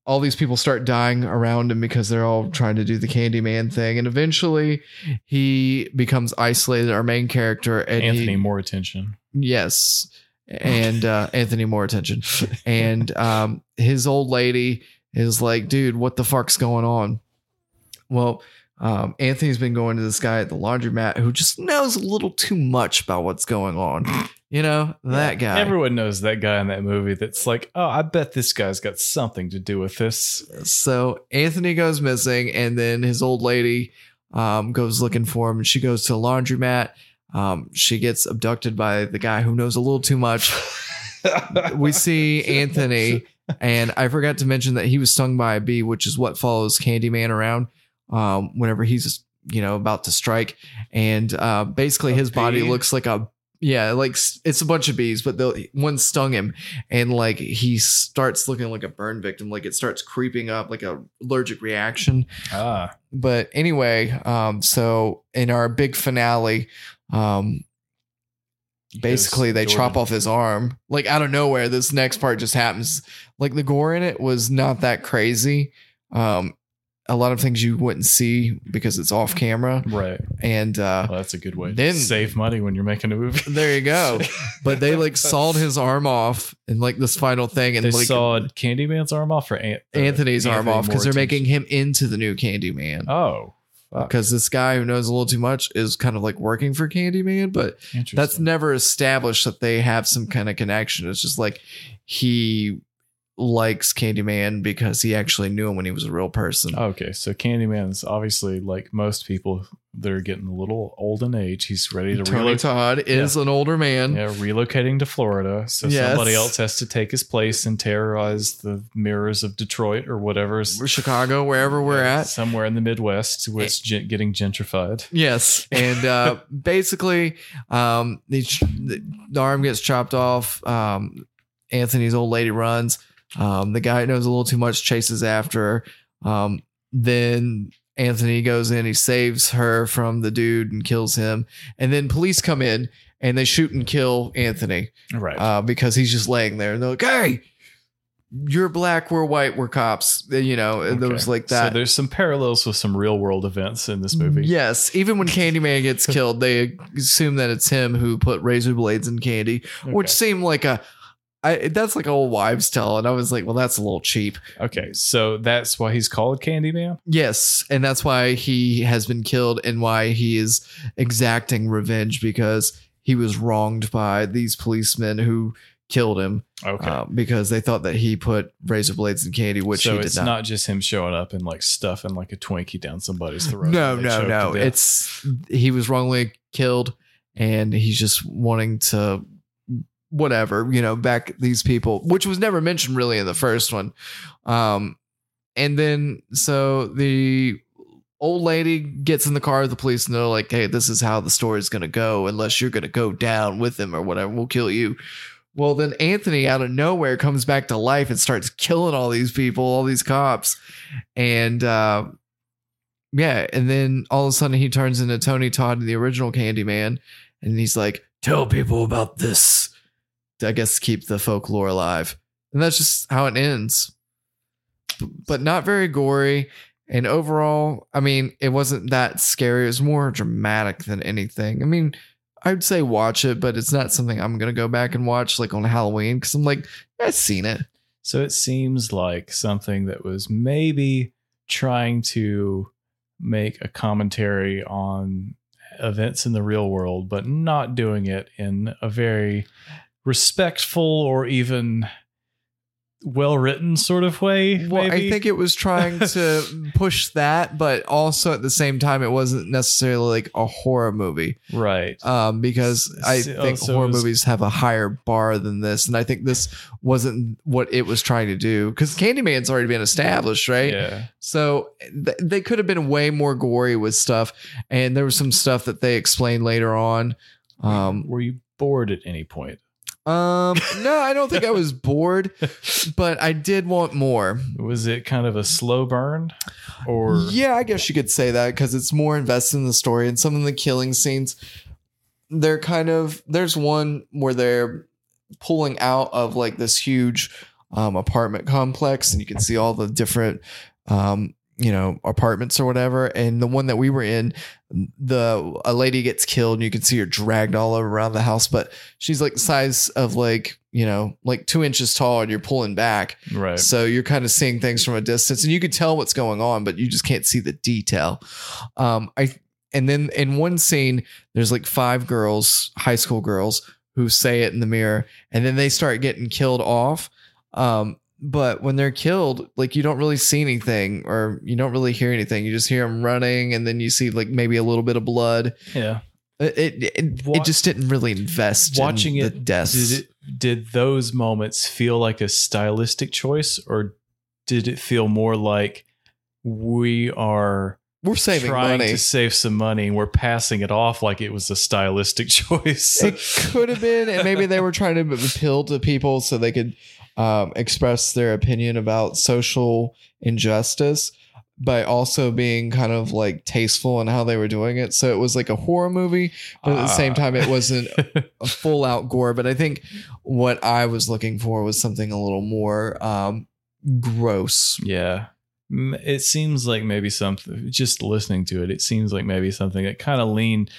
S2: all these people start dying around him because they're all trying to do the Candyman thing, and eventually he becomes isolated. Our main character, and he-
S1: Anthony, more attention.
S2: Yes. And uh, Anthony more attention. And um, his old lady is like, dude, what the fuck's going on? Well, um, Anthony's been going to this guy at the laundromat who just knows a little too much about what's going on. You know, that guy.
S1: Everyone knows that guy in that movie. That's like, oh, I bet this guy's got something to do with this.
S2: so Anthony goes missing, and then his old lady um, goes looking for him. And she goes to a laundromat. Um, she gets abducted by the guy who knows a little too much. we see Anthony, and I forgot to mention that he was stung by a bee, which is what follows Candyman around um, whenever he's you know about to strike. And uh, basically,
S1: A
S2: his body
S1: bee?
S2: looks like a yeah, like s- it's a bunch of bees, but the one stung him, and like he starts looking like a burn victim, like it starts creeping up, like a allergic reaction
S1: Ah,
S2: but anyway, um, so in our big finale, um, basically they chop
S1: Jordan.
S2: off his arm like out of nowhere. This next part just happens. Like the gore in it was not that crazy. Um, a lot of things you wouldn't see because it's off camera,
S1: right.
S2: and uh,
S1: Well, that's a good way
S2: Then-
S1: to save money when you're making a movie.
S2: there you go. But they like sawed his arm off, and like this final thing, and
S1: they
S2: like
S1: sawed Candyman's arm off for Ant-
S2: Anthony's arm off because they're
S1: Mortensen?
S2: making him into the new Candyman.
S1: Oh, Fuck.
S2: because this guy who knows a little too much is kind of like working for Candyman, but
S1: Interesting.
S2: that's never established that they have some kind of connection. It's just like he likes Candyman because he actually knew him when he was a real person.
S1: Oh, Okay, so Candyman's obviously like most people that are getting a little old in age. He's ready to
S2: Tony
S1: relocate.
S2: Todd is an older man.
S1: Yeah, relocating to Florida, so
S2: Yes.
S1: somebody else has to take his place and terrorize the mirrors of Detroit or whatever.
S2: Chicago, wherever we're at. Eh.
S1: somewhere in the Midwest, where it's gen- getting gentrified.
S2: Yes, and uh, basically, um, the, the the arm gets chopped off. Um, Anthony's old lady runs. Um, the guy who knows a little too much chases after her. Um, then Anthony goes in. He saves her from the dude and kills him. And then police come in and they shoot and kill Anthony
S1: Right.
S2: uh, because he's just laying there. And they're like, "Hey, you're black. We're white. We're cops." You know, and there
S1: Okay.
S2: was like that. Mm,
S1: So there's some parallels with some real world events in this movie.
S2: Yes, even when Candyman gets killed, they assume that it's him who put razor blades in candy, which seemed like a. I, that's like an old wives' tale, and I was like, "Well, that's a little cheap."
S1: Okay, so that's why he's called Candyman.
S2: Yes, and that's why he has been killed, and why he is exacting revenge because he was wronged by these policemen who killed him
S1: Okay.
S2: uh, because they thought that he put razor blades in candy, which
S1: so
S2: he did
S1: it's not. just him showing up and like stuffing like a Twinkie down somebody's throat.
S2: No,
S1: and they
S2: no,
S1: choke
S2: no.
S1: to death.
S2: It's he was wrongly killed, and he's just wanting to whatever you know back these people, which was never mentioned really in the first one. Um, and then so the old lady gets in the car with the police, and they're like, "Hey, this is how the story's gonna go. Unless you're gonna go down with him or whatever, we'll kill you." Well, then Anthony out of nowhere comes back to life and starts killing all these people, all these cops. And uh, yeah, and then all of a sudden he turns into Tony Todd, the original Candyman, and he's like, "Tell people about this." I guess to keep the folklore alive, and that's just how it ends. B- But not very gory, and overall, I mean, it wasn't that scary. It was more dramatic than anything. I mean, I'd say watch it, but it's not something I'm gonna go back and watch like on Halloween because I'm like, I've seen it.
S1: So it seems like something that was maybe trying to make a commentary on events in the real world, but not doing it in a very respectful or even well written sort of way.
S2: Well,
S1: maybe.
S2: I think it was trying to push that, but also at the same time, it wasn't necessarily like a horror movie
S1: right.
S2: um, because I
S1: So-
S2: think
S1: so it
S2: horror
S1: was-
S2: movies have a higher bar than this, and I think this wasn't what it was trying to do because Candyman's already been established, right?
S1: Yeah.
S2: So th- they could have been way more gory with stuff, and there was some stuff that they explained later on. Um,
S1: Were you bored at any point?
S2: um, no, I don't think I was bored, but I did want more.
S1: Was it kind of a slow burn? Or
S2: yeah i guess you could say that because it's more invested in the story and some of the killing scenes they're kind of there's one where they're pulling out of like this huge um, apartment complex and you can see all the different um, you know apartments or whatever and the one that we were in the a lady gets killed and you can see her dragged all over around the house but she's like the size of like you know like two inches tall and you're pulling back
S1: right.
S2: so you're kind of seeing things from a distance and you can tell what's going on, but you just can't see the detail. Um, I and then in one scene, there's like five girls, high school girls, who say it in the mirror, and then they start getting killed off. Um, but when they're killed, like you don't really see anything or you don't really hear anything. You just hear them running, and then you see like maybe a little bit of blood.
S1: yeah.
S2: It it, it,
S1: Wa-
S2: it just didn't really invest.
S1: watching
S2: in
S1: it,
S2: the deaths.
S1: Did it, did those moments feel like a stylistic choice, or did it feel more like we are
S2: We're saving
S1: trying
S2: money.
S1: to save some money and we're passing it off like it was a stylistic choice?
S2: it could have been, and maybe they were trying to appeal to people so they could um, express their opinion about social injustice, but also being kind of like tasteful in how they were doing it. So it was like a horror movie, but at the same
S1: Ah.
S2: time, it wasn't a full out gore. But I think what I was looking for was something a little more um, gross.
S1: Yeah. M- It seems like maybe something, just listening to it, it seems like maybe something that kind of leaned,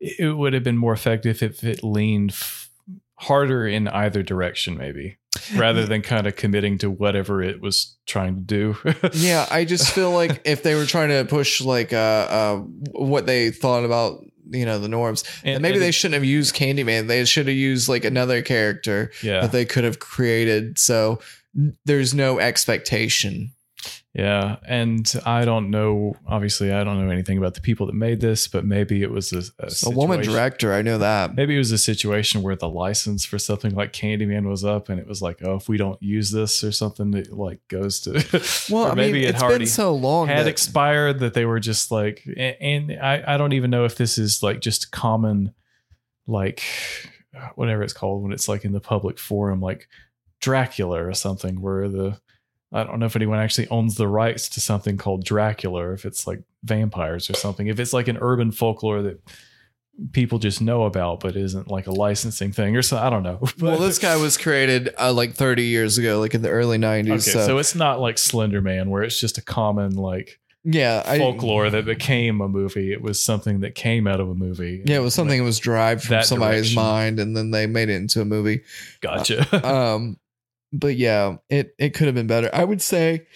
S1: it it would have been more effective if it leaned f- harder in either direction, maybe. rather than kind of committing to whatever it was trying to do.
S2: yeah, I just feel like if they were trying to push like uh, uh what they thought about you know the norms,
S1: And-
S2: then maybe
S1: and
S2: they
S1: it-
S2: shouldn't have used Candyman. They should have used like another character
S1: yeah.
S2: that they could have created. So n- there's no expectation.
S1: Yeah, and I don't know. Obviously, I don't know anything about the people that made this, but maybe it was a, a,
S2: A woman
S1: situation-
S2: director, I know that.
S1: Maybe it was a situation where the license for something like Candyman was up, and it was like, oh, if we don't use this or something, it like goes to.
S2: Well,
S1: or
S2: I
S1: maybe
S2: mean,
S1: it
S2: it's
S1: already
S2: been so long.
S1: had
S2: that-
S1: expired that they were just like, and, and I, I don't even know if this is like just common, like whatever it's called when it's like in the public forum, like Dracula or something, where the I don't know if anyone actually owns the rights to something called Dracula, or if it's like vampires or something. If it's like an urban folklore that people just know about, but isn't like a licensing thing or so, I don't know.
S2: well,
S1: But-
S2: this guy was created uh, like 30 years ago, like in the early 90s.
S1: okay.
S2: so,
S1: So, it's not like Slender Man, where it's just a common like
S2: yeah, I-
S1: folklore that became a movie. It was something that came out of a movie.
S2: yeah, it was something that was derived from
S1: That
S2: somebody's
S1: direction.
S2: mind, and then they made it into a movie.
S1: Gotcha.
S2: um but yeah it it could have been better i would say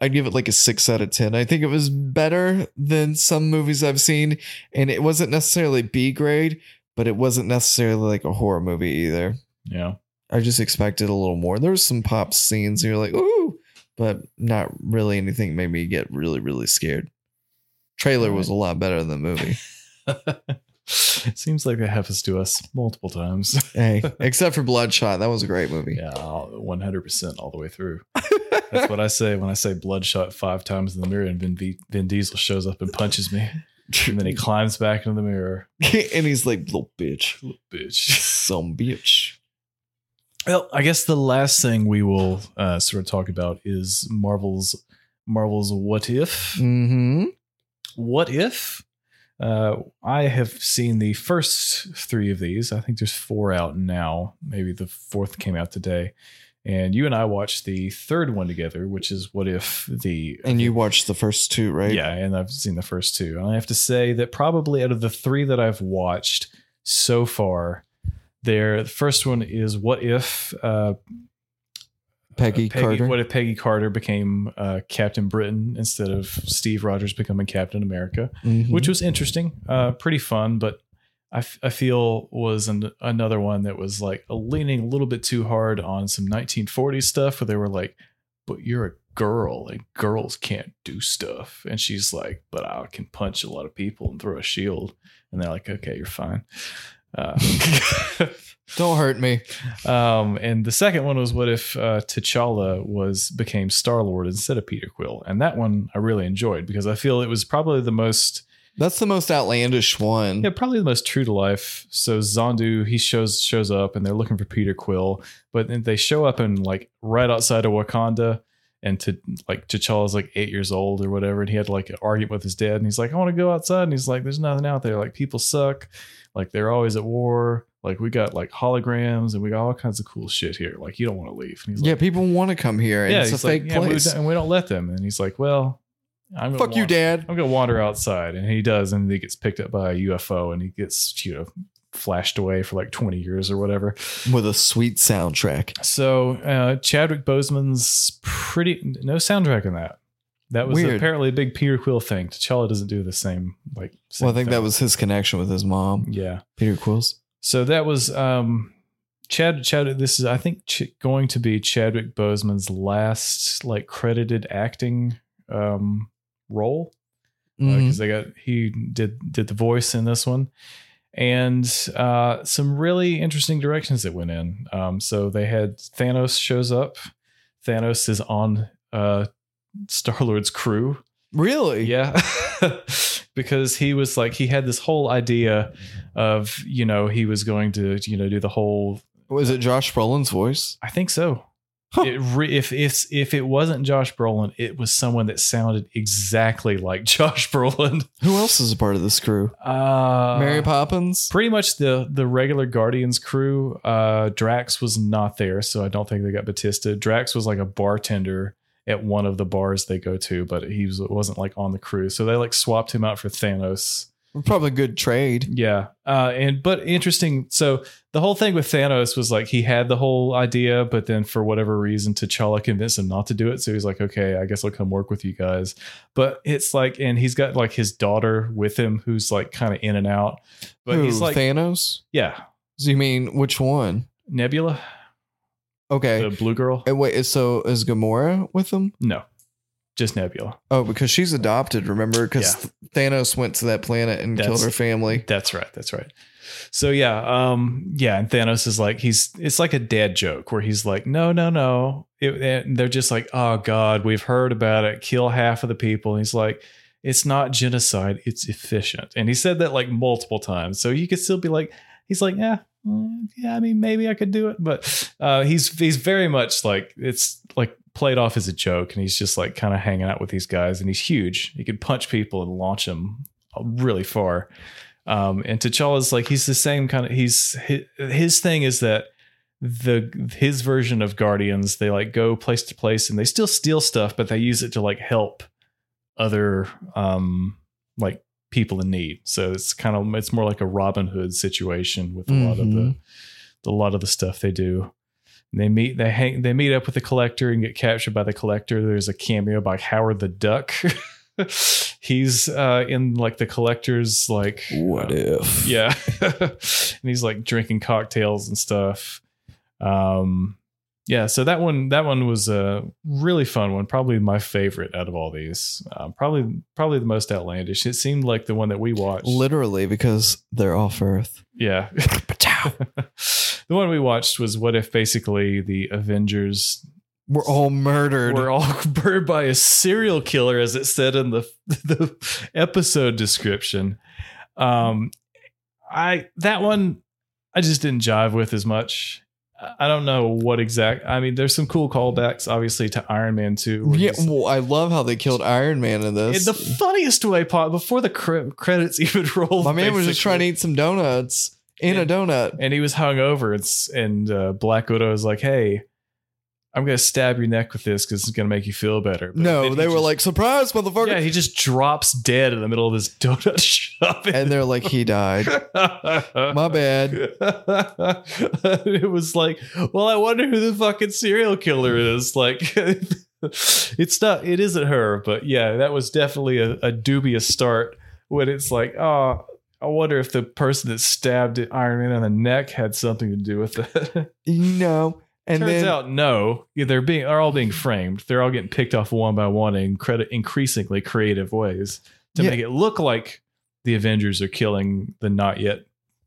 S2: i'd give it like a six out of ten i think it was better than some movies i've seen and it wasn't necessarily b grade but it wasn't necessarily like a horror movie either
S1: yeah.
S2: i just expected a little more there was some pop scenes and you're like ooh but not really anything made me get really really scared trailer was a lot better than the movie
S1: It seems like that happens to us multiple times.
S2: hey except for bloodshot that was a great movie
S1: Yeah, one hundred percent all the way through. That's what I say when I say bloodshot five times in the mirror, and Vin, D- Vin Diesel shows up and punches me, and then he climbs back into the mirror.
S2: and he's like little bitch
S1: Little Bitch.
S2: some bitch
S1: Well, I guess the last thing we will uh, sort of talk about is Marvel's Marvel's What If.
S2: mm-hmm
S1: What if? Uh, I have seen the first three of these. I think there's four out now. Maybe the fourth came out today. And you and I watched the third one together, which is what if the
S2: And you watched the first two, right?
S1: yeah, uh, and I've seen the first two. And I have to say that probably out of the three that I've watched so far, there the first one is what if uh,
S2: Peggy, Carter.
S1: What if Peggy Carter became uh, Captain Britain instead of Steve Rogers becoming Captain America?
S2: Mhm.
S1: which was interesting, uh, pretty fun, but I, f- I feel was an, another one that was like a leaning a little bit too hard on some 1940s stuff where they were like, but you're a girl and girls can't do stuff. And she's like, but I can punch a lot of people and throw a shield. And they're like, okay, you're fine. Uh,
S2: Don't hurt me.
S1: um, and the second one was what if uh, T'Challa was became Star Lord instead of Peter Quill, and that one I really enjoyed because I feel it was probably the most
S2: That's the most outlandish one.
S1: yeah, probably the most true to life. So Zondu, he shows shows up and they're looking for Peter Quill, but then they show up and like right outside of Wakanda. And to like T'Challa's like eight years old or whatever, and he had like an argument with his dad, and he's like, "I want to go outside," and he's like, "There's nothing out there. Like people suck. Like they're always at war. Like we got like holograms and we got all kinds of cool shit here. Like you don't want to leave." And he's
S2: Yeah,
S1: like,
S2: people want to come here. And it's
S1: he's
S2: a fake
S1: yeah, we
S2: place.
S1: don't- and we don't let them." And he's like, "Well, I'm gonna
S2: Fuck you,
S1: walk-
S2: Dad.
S1: I'm gonna wander outside, and he does, and he gets picked up by a UFO, and he gets you know flashed away for like 20 years or whatever.
S2: With a sweet soundtrack.
S1: So uh, Chadwick Boseman's pretty no soundtrack in that. That was
S2: Weird.
S1: apparently a big Peter Quill thing. T'Challa doesn't do the same like. Same
S2: Well, I think
S1: thing.
S2: that was his connection with his mom,
S1: yeah.
S2: Peter Quills.
S1: So that was um Chad Chad this is I think ch- going to be Chadwick Boseman's last like credited acting um role.
S2: Mhm.
S1: because Uh, they got he did did the voice in this one and uh some really interesting directions that went in um so they had thanos shows up thanos is on uh star lord's crew
S2: Really?
S1: yeah because he was like he had this whole idea of you know he was going to you know do the whole
S2: Was it Josh Brolin's voice?
S1: I think so.
S2: Huh.
S1: It re- if if if it wasn't Josh Brolin, it was someone that sounded exactly like Josh Brolin.
S2: Who else is a part of this crew?
S1: Uh,
S2: Mary Poppins?
S1: pretty much the the regular Guardians crew. Uh, Drax was not there, so I don't think they got Batista. Drax was like a bartender at one of the bars they go to, but he was, wasn't like on the crew. So they like swapped him out for Thanos
S2: Probably good trade.
S1: Yeah. Uh, and but interesting. So the whole thing with Thanos was like he had the whole idea, but then for whatever reason, T'Challa convinced him not to do it. So he's like, okay, I guess I'll come work with you guys. But it's like, and he's got like his daughter with him, who's like kind of in and out. But
S2: Who,
S1: he's like,
S2: Thanos?
S1: yeah,
S2: So you mean which one?
S1: Nebula,
S2: Okay.
S1: the blue girl.
S2: And wait, so is Gamora with them?
S1: No, just Nebula.
S2: Oh, because she's adopted, remember? Because Thanos went to that planet and
S1: That's-
S2: killed her family.
S1: That's right. That's right. So yeah, um, yeah, and Thanos is like he's it's like a dad joke where he's like, no, no, no. It, and they're just like, oh God, we've heard about it. Kill half of the people. And he's like, it's not genocide. It's efficient. And he said that like multiple times. So you could still be like, he's like, yeah, mm, yeah. I mean, maybe I could do it, but uh, he's he's very much like it's like played off as a joke, and he's just like kind of hanging out with these guys, and he's huge. He could punch people and launch them really far. Um, and T'Challa's like he's the same kind of he's his, his thing is that the his version of Guardians they like go place to place and they still steal stuff, but they use it to like help other um like people in need. So it's kind of it's more like a Robin Hood situation with a lot of the,
S2: Mhm.
S1: the a lot of the stuff they do. And They meet they hang they meet up with the collector and get captured by the collector. There's a cameo by Howard the Duck. He's uh in like the collector's like uh,
S2: if?
S1: yeah. and he's like drinking cocktails and stuff. Um yeah, so that one that one was a really fun one, probably my favorite out of all these. Um, probably probably the most outlandish. It seemed like the one that we watched.
S2: Literally, because they're off Earth.
S1: yeah. the one we watched was what if basically the Avengers
S2: We're all murdered.
S1: were all burned by a serial killer, as it said in the the episode description. Um, I that one I just didn't jive with as much. I- I don't know what exact. I mean, there's some cool callbacks, obviously, to Iron Man Two. where
S2: yeah,
S1: he's-
S2: well, I love how they killed Iron Man in
S1: in
S2: this.
S1: the funniest way, Paul, before the cre- credits even rolled.
S2: My man was just trying to
S1: basically.
S2: eat some donuts in a
S1: And-
S2: donut.
S1: and he was hungover. And s- and uh, Black Widow was like, "Hey, I'm gonna stab your neck with this because it's gonna make you feel better." But then
S2: No,
S1: he
S2: they were
S1: just-
S2: like, surprise, motherfucker.
S1: Yeah, he just drops dead in the middle of this donut shop.
S2: and they're like, he died. My bad.
S1: it was like, well, I wonder who the fucking serial killer is. Like, it's not, it isn't her, but yeah, that was definitely a, a dubious start when it's like, oh, I wonder if the person that stabbed Iron Man in the neck had something to do with it.
S2: You know. And
S1: Turns
S2: then
S1: out, no, Yeah, they're being they're all being framed. They're all getting picked off one by one in credit increasingly creative ways to
S2: Yeah.
S1: make it look like the Avengers are killing the not yet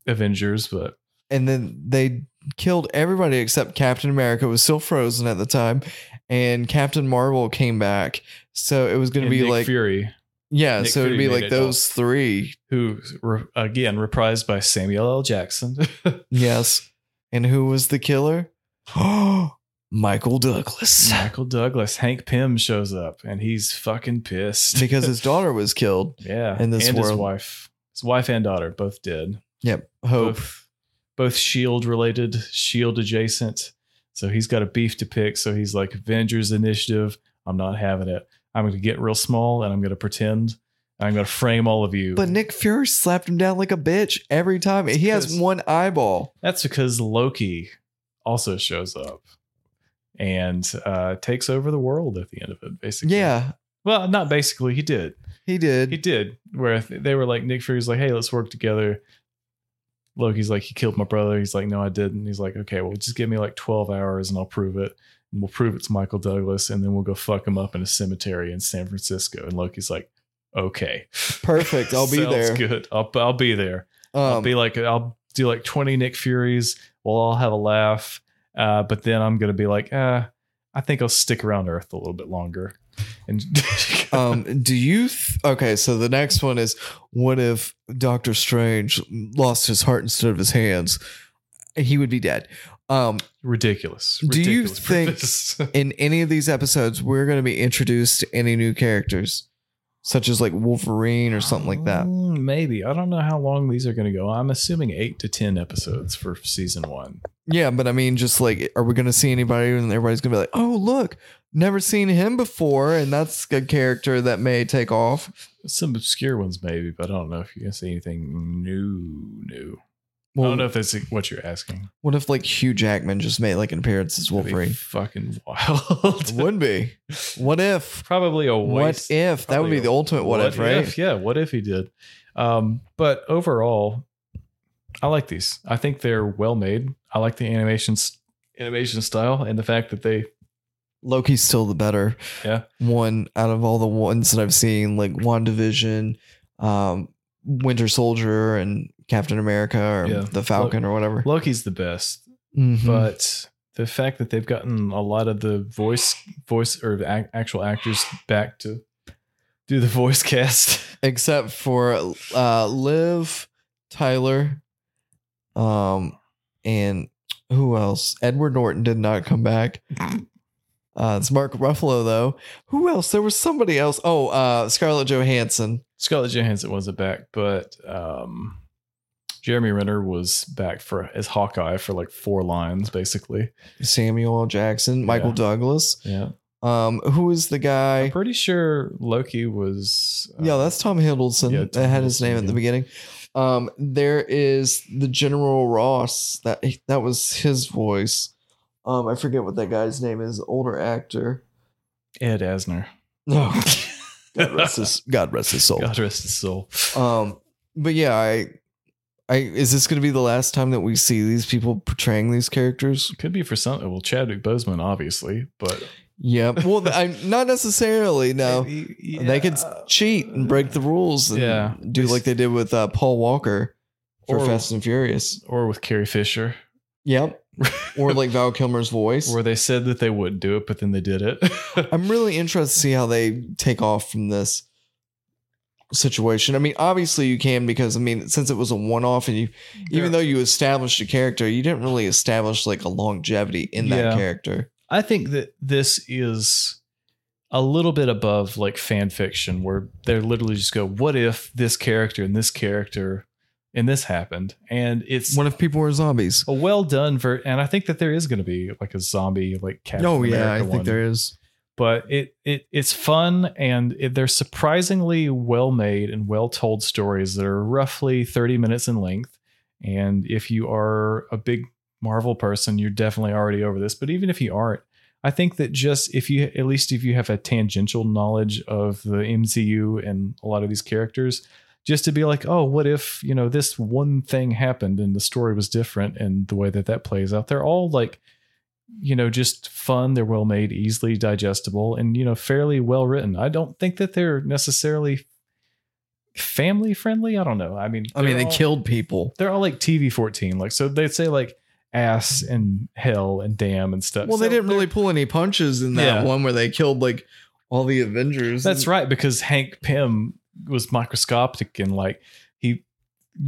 S1: Avengers, but
S2: and then they killed everybody except Captain America was still frozen at the time. And Captain Marvel came back. So it was gonna
S1: and
S2: be
S1: Nick
S2: like
S1: Fury,
S2: Yeah,
S1: Nick
S2: so it'd
S1: Fury made
S2: be like
S1: it
S2: those three.
S1: who re- again reprised by Samuel L. Jackson.
S2: Yes. And who was the killer? Michael Douglas.
S1: Michael Douglas, Hank Pym shows up, and he's fucking pissed.
S2: Because his daughter was killed.
S1: yeah,
S2: in this
S1: and his
S2: world.
S1: wife, his wife and daughter, both dead.
S2: Yep. Hope.
S1: both both shield E related shield E adjacent so he's got a beef to pick so he's like avengers initiative i'm not having it i'm going to get real small and i'm going to pretend and i'm going to frame all of you
S2: But Nick Fury slapped him down like a bitch every time. He has
S1: Because-
S2: one eyeball.
S1: that's because loki also shows up and uh, takes over the world at the end of it basically
S2: Yeah,
S1: well not basically he did
S2: he did.
S1: he did where th- they were like nick fury's like hey let's work together loki's like he killed my brother he's like no i didn't he's like okay well just give me like 12 hours and i'll prove it and we'll prove it's michael douglas and then we'll go fuck him up in a cemetery in san francisco and loki's like okay
S2: Perfect. I'll be
S1: Sounds
S2: there.
S1: good i'll, I'll be there i'll
S2: Um,
S1: be like i'll do like 20 nick furies we'll all have a laugh uh, but then i'm gonna be like uh, i think i'll stick around earth a little bit longer and
S2: um, do you? Th- okay, so the next one is what if Doctor Strange lost his heart instead of his hands? He would be dead. Um,
S1: ridiculous
S2: Do you
S1: ridiculous for
S2: think-
S1: this.
S2: in any of these episodes, we're going to be introduced to any new characters, such as like Wolverine or something like that.
S1: Mm, Maybe. I don't know how long these are going to go. I'm assuming eight to 10 episodes for season one.
S2: Yeah, but I mean, just like, are we going to see anybody? And everybody's going to be like, oh, look, never seen him before, and that's a character that may take off.
S1: Some obscure ones, maybe, but I don't know if you can see anything new. New. I
S2: Well,
S1: don't know if that's what you're asking.
S2: What if like Hugh Jackman just made like an appearance as
S1: That'd be
S2: Wolverine?
S1: fucking wild.
S2: Would be. What if?
S1: Probably a
S2: What
S1: waste.
S2: if? That would be the ultimate what, if, right?
S1: yeah. What if he did? Um, but overall, I like these. I think they're well made. I like the animations, animation style, and the fact that they
S2: Loki's still the better
S1: Yeah.
S2: one out of all the ones that I've seen, like WandaVision, um, Winter Soldier, and Captain America or
S1: Yeah.
S2: the Falcon or whatever.
S1: Loki's the best.
S2: Mhm.
S1: but the fact that they've gotten a lot of the voice voice or the ac- actual actors back to do the voice cast
S2: Except for uh, Liv, Tyler, um, and who else? Edward Norton did not come back. Uh, it's Mark Ruffalo though. Who else? There was somebody else. Oh, uh, Scarlett Johansson.
S1: Scarlett Johansson wasn't back but um Jeremy Renner was back for as Hawkeye for like four lines basically
S2: Samuel L. Jackson, Michael
S1: Yeah.
S2: Douglas.
S1: yeah
S2: Um, who is the guy?
S1: I'm pretty sure Loki was uh,
S2: yeah, that's Tom Hiddleston.
S1: yeah, Tom
S2: that had his
S1: Hiddleston,
S2: name at
S1: yeah.
S2: the beginning. Um, there is the General Ross. That that was his voice. Um, I forget what that guy's name is. Older actor.
S1: Ed Asner
S2: No. God rest his God rest his soul.
S1: God rest his soul
S2: Um, but yeah, I, I is this going to be the last time that we see these people portraying these characters?
S1: could be for some well Chadwick Boseman obviously but
S2: Yeah. Well, th- I'm not necessarily. No, they could cheat and break the rules. And
S1: Yeah.
S2: Do like they did with uh, Paul Walker for
S1: Or-
S2: Fast and Furious.
S1: or with Carrie Fisher
S2: Yep. or like Val Kilmer's voice.
S1: where they said that they wouldn't do it, but then they did it.
S2: I'm really interested to see how they take off from this situation. I mean, obviously you can because I mean, since it was a one-off and you even though you established a character, you didn't really establish like a longevity in that
S1: Yeah.
S2: character.
S1: I think that this is a little bit above like fan fiction, where they're literally just go, "What if this character and this character and this happened?" And it's
S2: What if people were zombies?
S1: a well done ver. And I think that there is going to be like a zombie like Captain
S2: Oh yeah,
S1: America
S2: I think
S1: one.
S2: there is.
S1: But it it it's fun and it, they're surprisingly well made and well told stories that are roughly thirty minutes in length. And if you are a big Marvel person, you're definitely already over this. But even if you aren't, I think that just if you, at least if you have a tangential knowledge of the MCU and a lot of these characters, just to be like, oh, what if, you know, this one thing happened and the story was different and the way that that plays out, they're all like, you know, just fun. They're well made, easily digestible, and, you know, fairly well written. I don't think that they're necessarily family friendly. I don't know. I mean,
S2: I mean,
S1: they're
S2: they
S1: all-
S2: killed people.
S1: they're all like TV 14. Like, so they'd say like ass and hell and damn and stuff.
S2: Well, they
S1: So
S2: didn't really pull any punches in that
S1: Yeah.
S2: one where they killed like all the Avengers.
S1: That's right, because Hank Pym was microscopic and like he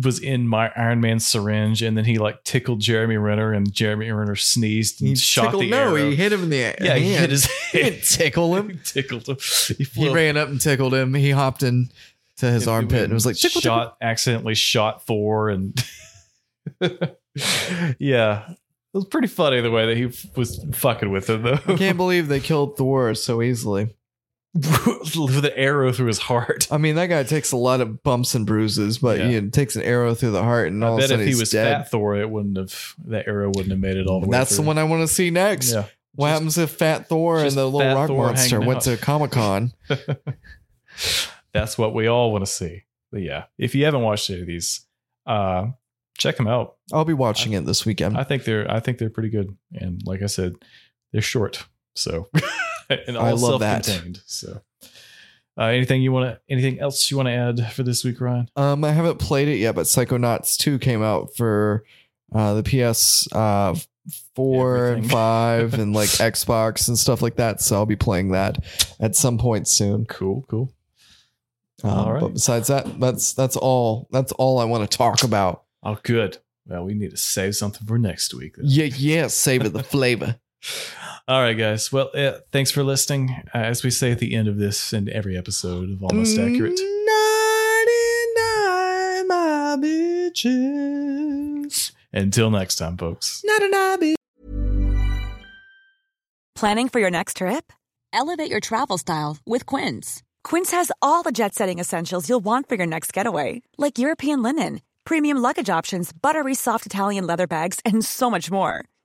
S1: was in my Iron Man syringe and then he like tickled Jeremy Renner and Jeremy Renner sneezed and
S2: He
S1: shot
S2: tickled,
S1: the
S2: no,
S1: arrow.
S2: he hit him in the
S1: yeah, he hit
S2: hand.
S1: his
S2: He
S1: head.
S2: didn't tickle him.
S1: tickled him. He,
S2: He
S1: flew-
S2: ran up and tickled him. He hopped in to his
S1: and
S2: armpit and was like, tickle, tickle.
S1: shot accidentally shot Thor and yeah. It was pretty funny the way that he f- was fucking with him though.
S2: I can't believe they killed Thor so easily.
S1: with an arrow through his heart.
S2: I mean, that guy takes a lot of bumps and bruises, but
S1: Yeah.
S2: you know, takes an arrow through the heart, and
S1: I
S2: all of a
S1: bet
S2: sudden
S1: if he
S2: he's
S1: was
S2: dead.
S1: Fat Thor, it wouldn't have that arrow wouldn't have made it all the way.
S2: That's the
S1: through.
S2: one I want to see next.
S1: Yeah,
S2: What
S1: Just-
S2: happens if Fat Thor and
S1: just
S2: the
S1: Fat
S2: little rock
S1: Thor
S2: monster
S1: hanging
S2: went
S1: out.
S2: to Comic Con?
S1: that's what we all want to see. But yeah, if you haven't watched any of these, uh, check them out.
S2: I'll be watching it this weekend.
S1: I think they're I think they're pretty good. And like I said, they're short, so and all
S2: I love that.
S1: self-contained. So, uh, anything you want to anything else you want to add for this week, Ryan?
S2: Um, I haven't played it yet, but Psychonauts 2 came out for uh, the PS uh, 4
S1: Everything.
S2: and 5 and like Xbox and stuff like that. So I'll be playing that at some point soon.
S1: Cool, cool.
S2: Um,
S1: All right.
S2: But besides that, that's that's all. That's all I want to talk about.
S1: Oh, good. Well, we need to save something for next week. then.
S2: Yeah, yeah. Savor the flavor.
S1: All right, guys. Well, uh, thanks for listening. Uh, as we say at the end of this and every episode of Almost
S2: Mm,
S1: Accurate,
S2: 99, my bitches.
S1: until next time, folks.
S2: 99, bitches.
S5: Planning for your next trip? Elevate your travel style with Quince.
S6: Quince has all the jet setting essentials you'll want for your next getaway, like European linen, premium luggage options, buttery soft Italian leather bags, and so much more.